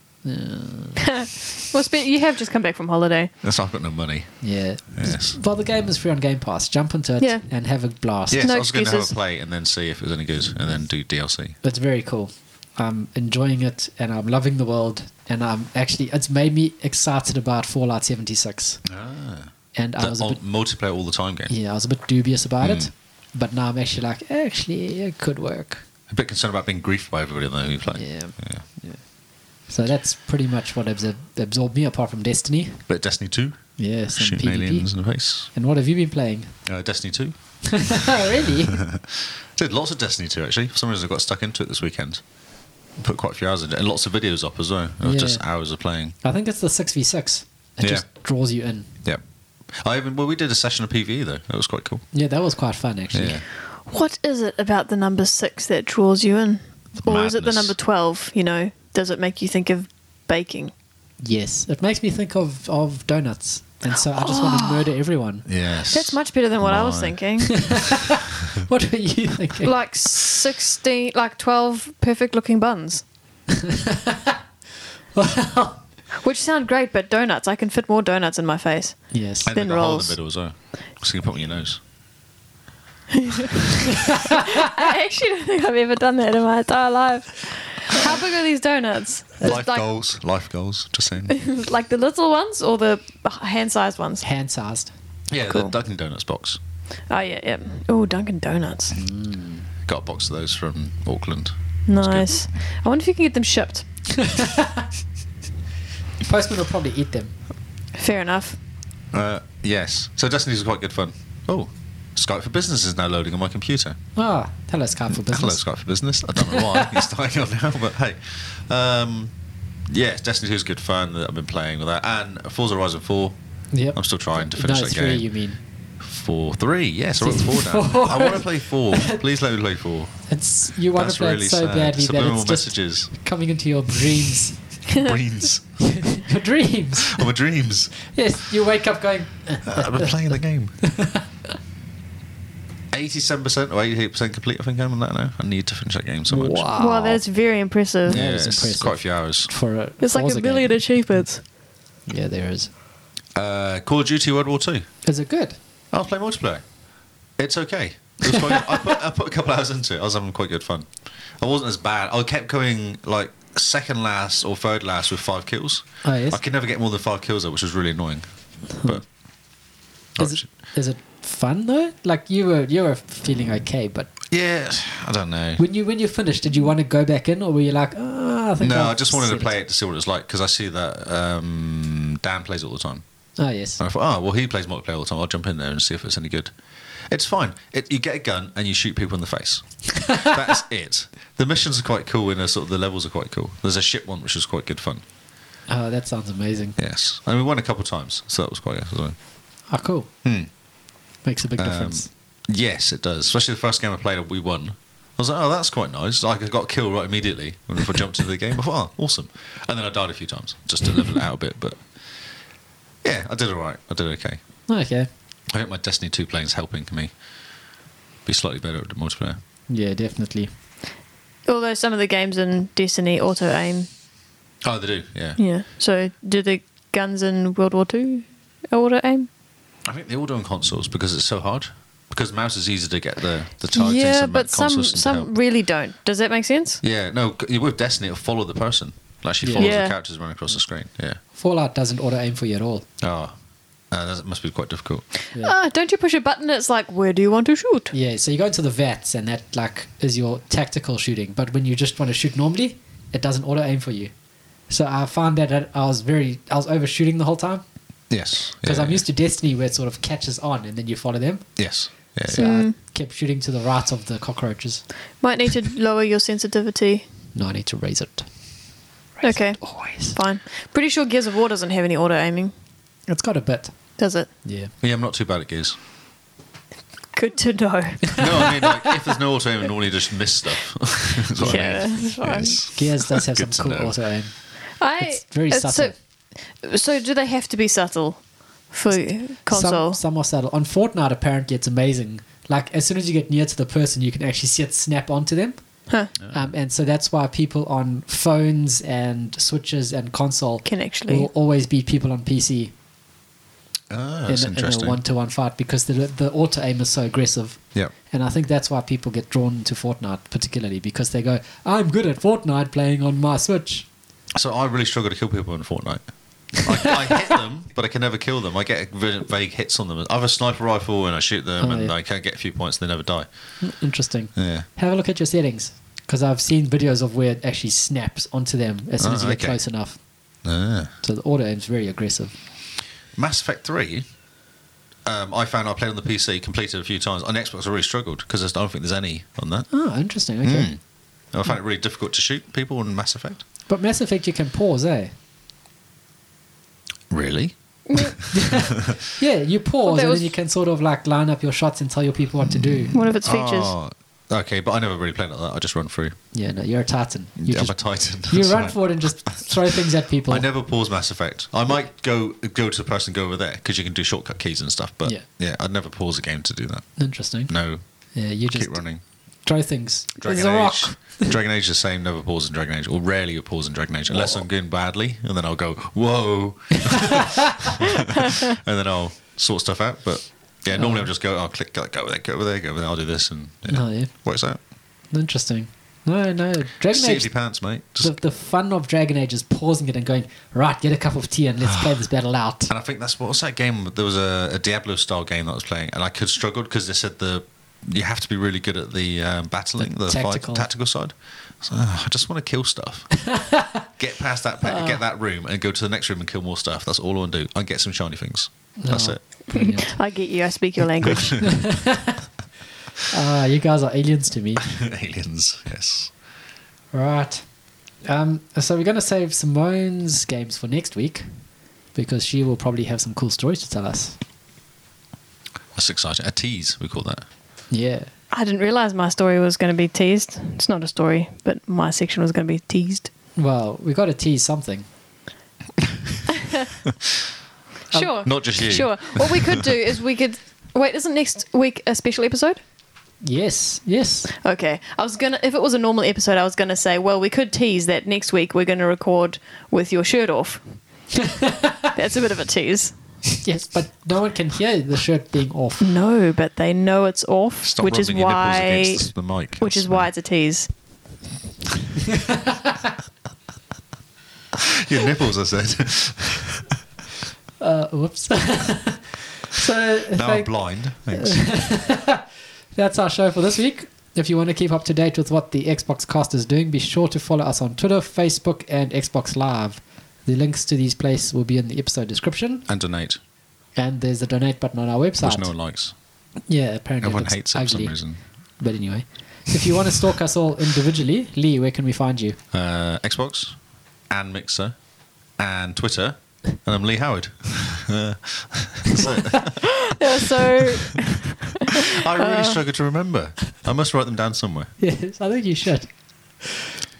A: Well, spe- you have just come back from holiday.
B: That's I've got no money.
C: Yeah.
B: Yes.
C: Well, the game is free on Game Pass. Jump into it
A: Yeah.
C: and have a blast.
B: Yes,
A: No
B: I was going to have
A: excuses.
B: a play and then see if it was any good, and then do DLC.
C: It's very cool. I'm enjoying it and I'm loving the world and I'm actually it's made me excited about Fallout 76.
B: Ah,
C: And I
B: the
C: was a
B: old
C: bit
B: multiplayer all the time game.
C: yeah, I was a bit dubious about
B: Mm.
C: it, but now I'm actually like actually it could work.
B: A bit concerned about being griefed by everybody though who play.
C: Yeah. So that's pretty much what absor- absorbed me apart from Destiny.
B: But Destiny Two,
C: Yes, and
B: shooting
C: PvP.
B: aliens in the face.
C: And what have you been playing?
B: Uh, Destiny Two.
C: really?
B: Did lots of Destiny 2 actually. For some reason, I got stuck into it this weekend. Put quite a few hours into it, and lots of videos up as well. It was
C: Yeah.
B: just hours of playing.
C: I think it's the 6v6. It
B: Yeah.
C: just draws you in.
B: Yeah. I even well, we did a session of PVE though. That was quite cool.
C: Yeah, that was quite fun actually.
B: Yeah.
A: What is it about the number six that draws you in? Or is it the
B: Madness.
A: number 12? You know, does it make you think of baking?
C: Yes, it makes me think of, of donuts, and so I just want to murder everyone.
B: Yes.
A: That's much better than what I was
B: My.
A: thinking.
C: What were you thinking?
A: like 16, like 12 perfect looking buns. Which sound great, but donuts. I can fit more donuts in my face.
C: yes,
B: And
A: thin
B: then the hole in
A: rolls.
B: the middle as well. So you can put it on your nose.
A: I actually don't think I've ever done that in my entire life. How big are these donuts?
B: Life
A: like,
B: goals. Life goals. Just saying.
A: like the little ones or the hand sized ones?
C: hand sized.
B: yeah.
A: Cool.
B: The Dunkin' Donuts box.
A: Oh, yeah, yeah. Oh, Dunkin' Donuts.
B: Mm, Got a box of those from Auckland.
A: Nice. I wonder if you can get them shipped.
C: Postman will probably eat them.
A: Fair enough.
B: Uh, yes. So Destiny's was quite good fun. Oh, Skype for Business is now loading on my computer.
C: Ah, hello Skype for
B: Hello,
C: business.
B: Skype for Business. I don't know why it's dying on now, but hey. Um, yeah, Destiny 2 is good fun. I've been playing with that. And Forza Horizon 4.
C: Yep.
B: I'm still trying to finish
C: no,
B: that
C: three,
B: game.
C: you mean?
B: 4 3. Yes, I wrote 4 down.
C: Four.
B: I want to play 4. Please let me play 4.
C: It's you want to
B: That's
C: play
B: really
C: it
B: sad.
C: so badly that
B: Subliminal
C: it's
B: messages.
C: just coming into your dreams.
B: Brains.
C: your dreams.
B: Of my dreams. Uh,
C: Yes, you wake up going. "Uh,
B: I've been playing the game. 87% or 88% complete, I think I'm on that now. I need to finish that game so much.
C: Wow.
A: Wow, that's very impressive.
B: Yeah,
C: That is
B: it's
C: impressive.
B: quite a few hours.
C: For a,
A: It's like
C: Forza
A: a million
C: Game.
A: achievements.
C: Yeah, there is.
B: Uh, Call of Duty World War Two.
C: Is it good?
B: I was playing multiplayer. It's okay. It was quite good. I, put, I put a couple hours into it. I was having quite good fun. I wasn't as bad. I kept going like second last or third last with five kills.
C: Oh, yes. Hmm.
B: I could never get more than five kills though, which was really annoying. But
C: Is it, is it fun though? Like you were you were feeling okay, but
B: yeah, I don't know.
C: when you when you finished, did you want to go back in, or were you like, oh, I think
B: No,
C: I've
B: I just wanted to
C: said
B: play it to see what it was like because I see that um, Dan plays all the time.
C: Oh yes,
B: And I thought, oh, well, he plays multiplayer all the time. I'll jump in there and see if it's any good. It's fine. It, you get a gun and you shoot people in the face. That's it. The missions are quite cool, and the sort of the levels are quite cool. There's a ship one which was quite good fun.
C: oh that sounds amazing.
B: Yes, and we won a couple times, so that was quite good. as well.
C: Oh cool,
B: Hmm.
C: makes a big
B: Um,
C: difference.
B: Yes, it does. Especially the first game I played, we won. I was like, oh, that's quite nice. Like I got killed right immediately when I jumped into the game. I thought, oh, awesome. And then I died a few times just to level it out a bit, but yeah, I did all right. I did okay.
C: Okay,
B: I think my Destiny 2 playing's helping me be slightly better at multiplayer.
C: yeah, definitely.
A: Although some of the games in Destiny auto aim.
B: Oh, they do, yeah.
A: Yeah. So do the guns in World War Two auto aim?
B: I think they all do on consoles because it's so hard. Because mouse is easy to get the, the targeting.
A: yeah,
B: so ma-
A: but some
B: consoles seem to
A: some
B: help.
A: really don't. Does that make sense?
B: yeah, no, c- with Destiny, it'll follow the person. It actually
C: Yeah.
B: follows
A: Yeah.
B: the characters running across the screen, yeah.
C: Fallout doesn't auto aim for you at all.
B: Oh, uh, that must be quite difficult.
C: Yeah.
A: Ah, don't you push a button? It's like, where do you want to shoot?
C: Yeah, so you go into the vats, and that like is your tactical shooting. But when you just want to shoot normally, it doesn't auto aim for you. So I found that I- I was very I was overshooting the whole time
B: Yes.
C: because
B: yeah,
C: I'm used to Destiny where it sort of catches on and then you follow them.
B: Yes. Yeah,
C: So
B: yeah.
C: I kept shooting to the right of the cockroaches.
A: Might need to lower your sensitivity.
C: No, I need to raise it.
A: okay,
C: Always.
A: fine. Pretty sure Gears of War doesn't have any auto aiming,
C: It's got a bit.
A: does it?
C: Yeah.
B: Yeah, I'm not too bad at Gears.
A: Good to know.
B: no, I mean, like, if there's no auto aim, I normally just miss stuff. That's what I
A: Yeah,
B: mean.
A: that's fine.
B: Yes.
C: Gears does have some
B: Good to
C: cool
B: know.
C: auto aim.
A: I
C: It's very subtle.
A: So, so do they have to be subtle for console?
C: Some, some are subtle. On Fortnite, apparently, it's amazing. Like, as soon as you get near to the person, you can actually see it snap onto them.
A: Huh.
B: Oh.
C: Um, and so that's why people on phones and switches and console
A: Can actually-
C: will always beat people on PC
B: Ah,
C: in,
B: that's
C: a- in a
B: interesting.
C: one-to-one fight because the the auto aim is so aggressive.
B: yeah.
C: And I think that's why people get drawn into Fortnite, particularly because they go, "I'm good at Fortnite playing on my Switch."
B: So I really struggle to kill people in Fortnite. I, I hit them, but I can never kill them. I get v- vague hits on them. I have a sniper rifle and I shoot them,
C: Oh,
B: and
C: yeah.
B: I can get a few points. and They never die.
C: Interesting.
B: Yeah.
C: Have a look at your settings because I've seen videos of where it actually snaps onto them as soon
B: Ah,
C: as you get
B: okay.
C: close enough.
B: Ah.
C: So the auto aim's very aggressive.
B: Mass Effect Three. Um, I found I played on the PC, completed a few times. On Xbox, I really struggled because I don't think there's any on that.
C: Oh, interesting. Okay.
B: Mm. I found it really difficult to shoot people in Mass Effect.
C: But Mass Effect, you can pause, eh?
B: Really?
C: Yeah, you pause
A: there
C: and
A: was-
C: then you can sort of like line up your shots and tell your people what to do.
A: One of its features.
B: Oh, okay, but I never really played like that. I just run through.
C: Yeah, no, you're a titan. You,
B: Yeah, I'm a
C: just-
B: titan.
C: you
B: That's
C: run
B: right.
C: forward and just throw things at people.
B: I never pause Mass Effect. I might go go to the person go over there because you can do shortcut keys and stuff. But
C: Yeah.
B: yeah. I'd never pause a game to do that.
C: Interesting.
B: No,
C: Yeah, you just
B: keep running.
C: throw things.
B: Dragon
C: There's a rock.
B: Age. Dragon Age is the same. Never pause in Dragon Age, or rarely you pause in Dragon Age
C: Oh.
B: unless I'm doing badly, and then I'll go whoa, and then I'll sort stuff out. But yeah, normally I'll just go. I'll click like, go over there, go over there, go over there. I'll do this and yeah.
C: Oh, yeah.
B: works out.
C: Interesting. No, no. Dragon
B: Safety
C: Age.
B: pants, mate. Just-
C: The, the fun of Dragon Age is pausing it and going, right, get a cup of tea and let's play this battle out.
B: And I think that's what was that game? There was a, a Diablo style game that I was playing, and I could struggle because they said the you have to be really good at the um, battling,
C: The
B: the, fight-
C: tactical.
B: tactical side. I, was like, "Ugh, I just want to kill stuff. get past that, pa-
C: Uh.
B: get that room, and go to the next room and kill more stuff. That's all I want to do. And get some shiny things. That's
C: Oh.
B: it.
C: Brilliant.
A: I get you. I speak your language.
C: Ah, you guys are aliens to me.
B: Aliens, yes.
C: Right. Um, so we're going to save Simone's games for next week because she will probably have some cool stories to tell us.
B: That's exciting. A tease, we call that.
C: Yeah.
A: I didn't realize my story was going to be teased. It's not a story, but my section was going to be teased.
C: Well, we got to tease something.
A: Sure.
B: Um, Not just you.
A: Sure. What we could do is we could. Wait, isn't next week a special episode?
C: Yes. Yes.
A: Okay. I was gonna if it was a normal episode, I was gonna say, well, we could tease that next week we're gonna record with your shirt off. That's a bit of a tease.
C: Yes. But no one can hear the shirt being off.
A: No, but they know it's off,
B: Stop
A: which is
B: rubbing your nipples
A: why
B: against the mic.
A: which is why it's a tease.
B: your nipples. I said.
C: Uh, whoops. so
B: now I'm
C: thank-
B: blind. Thanks.
C: that's our show for this week. If you want to keep up to date with what the Xbox cast is doing, be sure to follow us on Twitter, Facebook, and Xbox Live. The links to these places will be in the episode description,
B: and donate,
C: and there's the donate button on our website.
B: which no one likes.
C: yeah, apparently
B: Everyone
C: it
B: hates
C: looks
B: it
C: ugly.
B: for some reason.
C: But anyway, if you want to stalk us all individually, Lee, where can we find you?
B: uh, Xbox and Mixer and Twitter. And I'm Lee Howard. Uh, that's it.
A: Yeah, so
B: I really
C: Uh.
B: struggle to remember. I must write them down somewhere.
C: Yes, I think you should.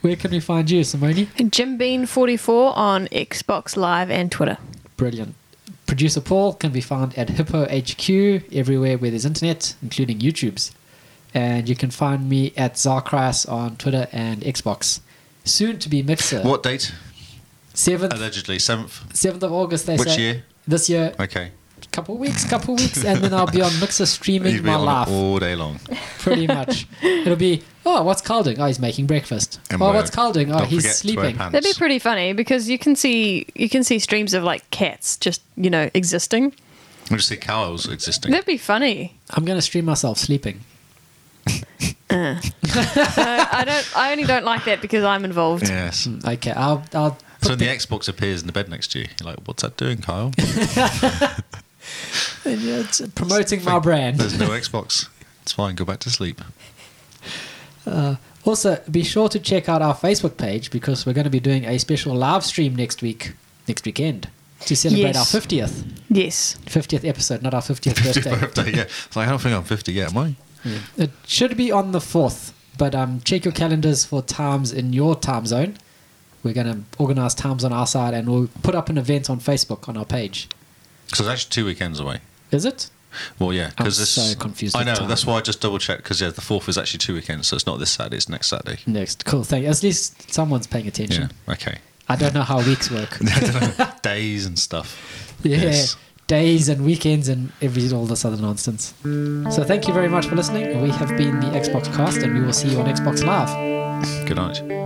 C: Where can we find you, Simone?
A: Jim Bean forty four on Xbox Live and Twitter.
C: Brilliant. Producer Paul can be found at Hippo HQ everywhere where there's internet, including YouTube's. And you can find me at Zarkras on Twitter and Xbox. Soon to be Mixer.
B: What date?
C: Seventh,
B: Allegedly 7th.
C: seventh of August. They
B: Which
C: say
B: year?
C: this year.
B: Okay.
C: Couple weeks, couple weeks, and then I'll be on Mixer streaming
B: You've been
C: my
B: on
C: life.
B: all day long.
C: pretty much. It'll be, oh, what's Carl doing? Oh, he's making breakfast.
B: And
C: oh,
B: wear-
C: what's Carl doing? Oh,
B: don't forget
C: he's
B: to wear
C: sleeping.
B: pants.
A: That'd be pretty funny because you can see you can see streams of like cats just, you know, existing.
B: We'll just see cows existing.
A: That'd be funny.
C: I'm going to stream myself sleeping.
A: No, I don't I only don't like that because I'm involved.
B: Yes.
C: Okay, I'll, I'll
B: So when the Xbox appears in the bed next to you, you're like, what's that doing, Kyle?
C: it's promoting my brand.
B: There's no Xbox. It's fine. Go back to sleep.
C: Also, be sure to check out our Facebook page because we're going to be doing a special live stream next week, next weekend, to celebrate
A: Yes.
C: our 50th.
A: Yes.
C: 50th episode, not our 50th
B: 50th
C: birthday.
B: birthday, yeah. It's like, I don't think I'm 50 yet, am I?
C: It should be on the 4th, but um, check your calendars for times in your time zone. We're going to organize times on our side and we'll put up an event on Facebook on our page.
B: Because it's actually two weekends away.
C: Is it?
B: Well, yeah, because
C: I'm
B: this
C: so confused
B: I
C: with
B: know
C: time.
B: that's why I just double checked because yeah, the fourth is actually two weekends, so it's not this Saturday; it's next Saturday.
C: Next, cool. Thank. At least someone's paying attention.
B: Yeah, okay.
C: I don't know how weeks work.
B: I don't know, days and stuff.
C: yeah,
B: Yes.
C: days and weekends and every all this other nonsense. So thank you very much for listening. We have been the Xbox Cast, and we will see you on Xbox Live.
B: Good night.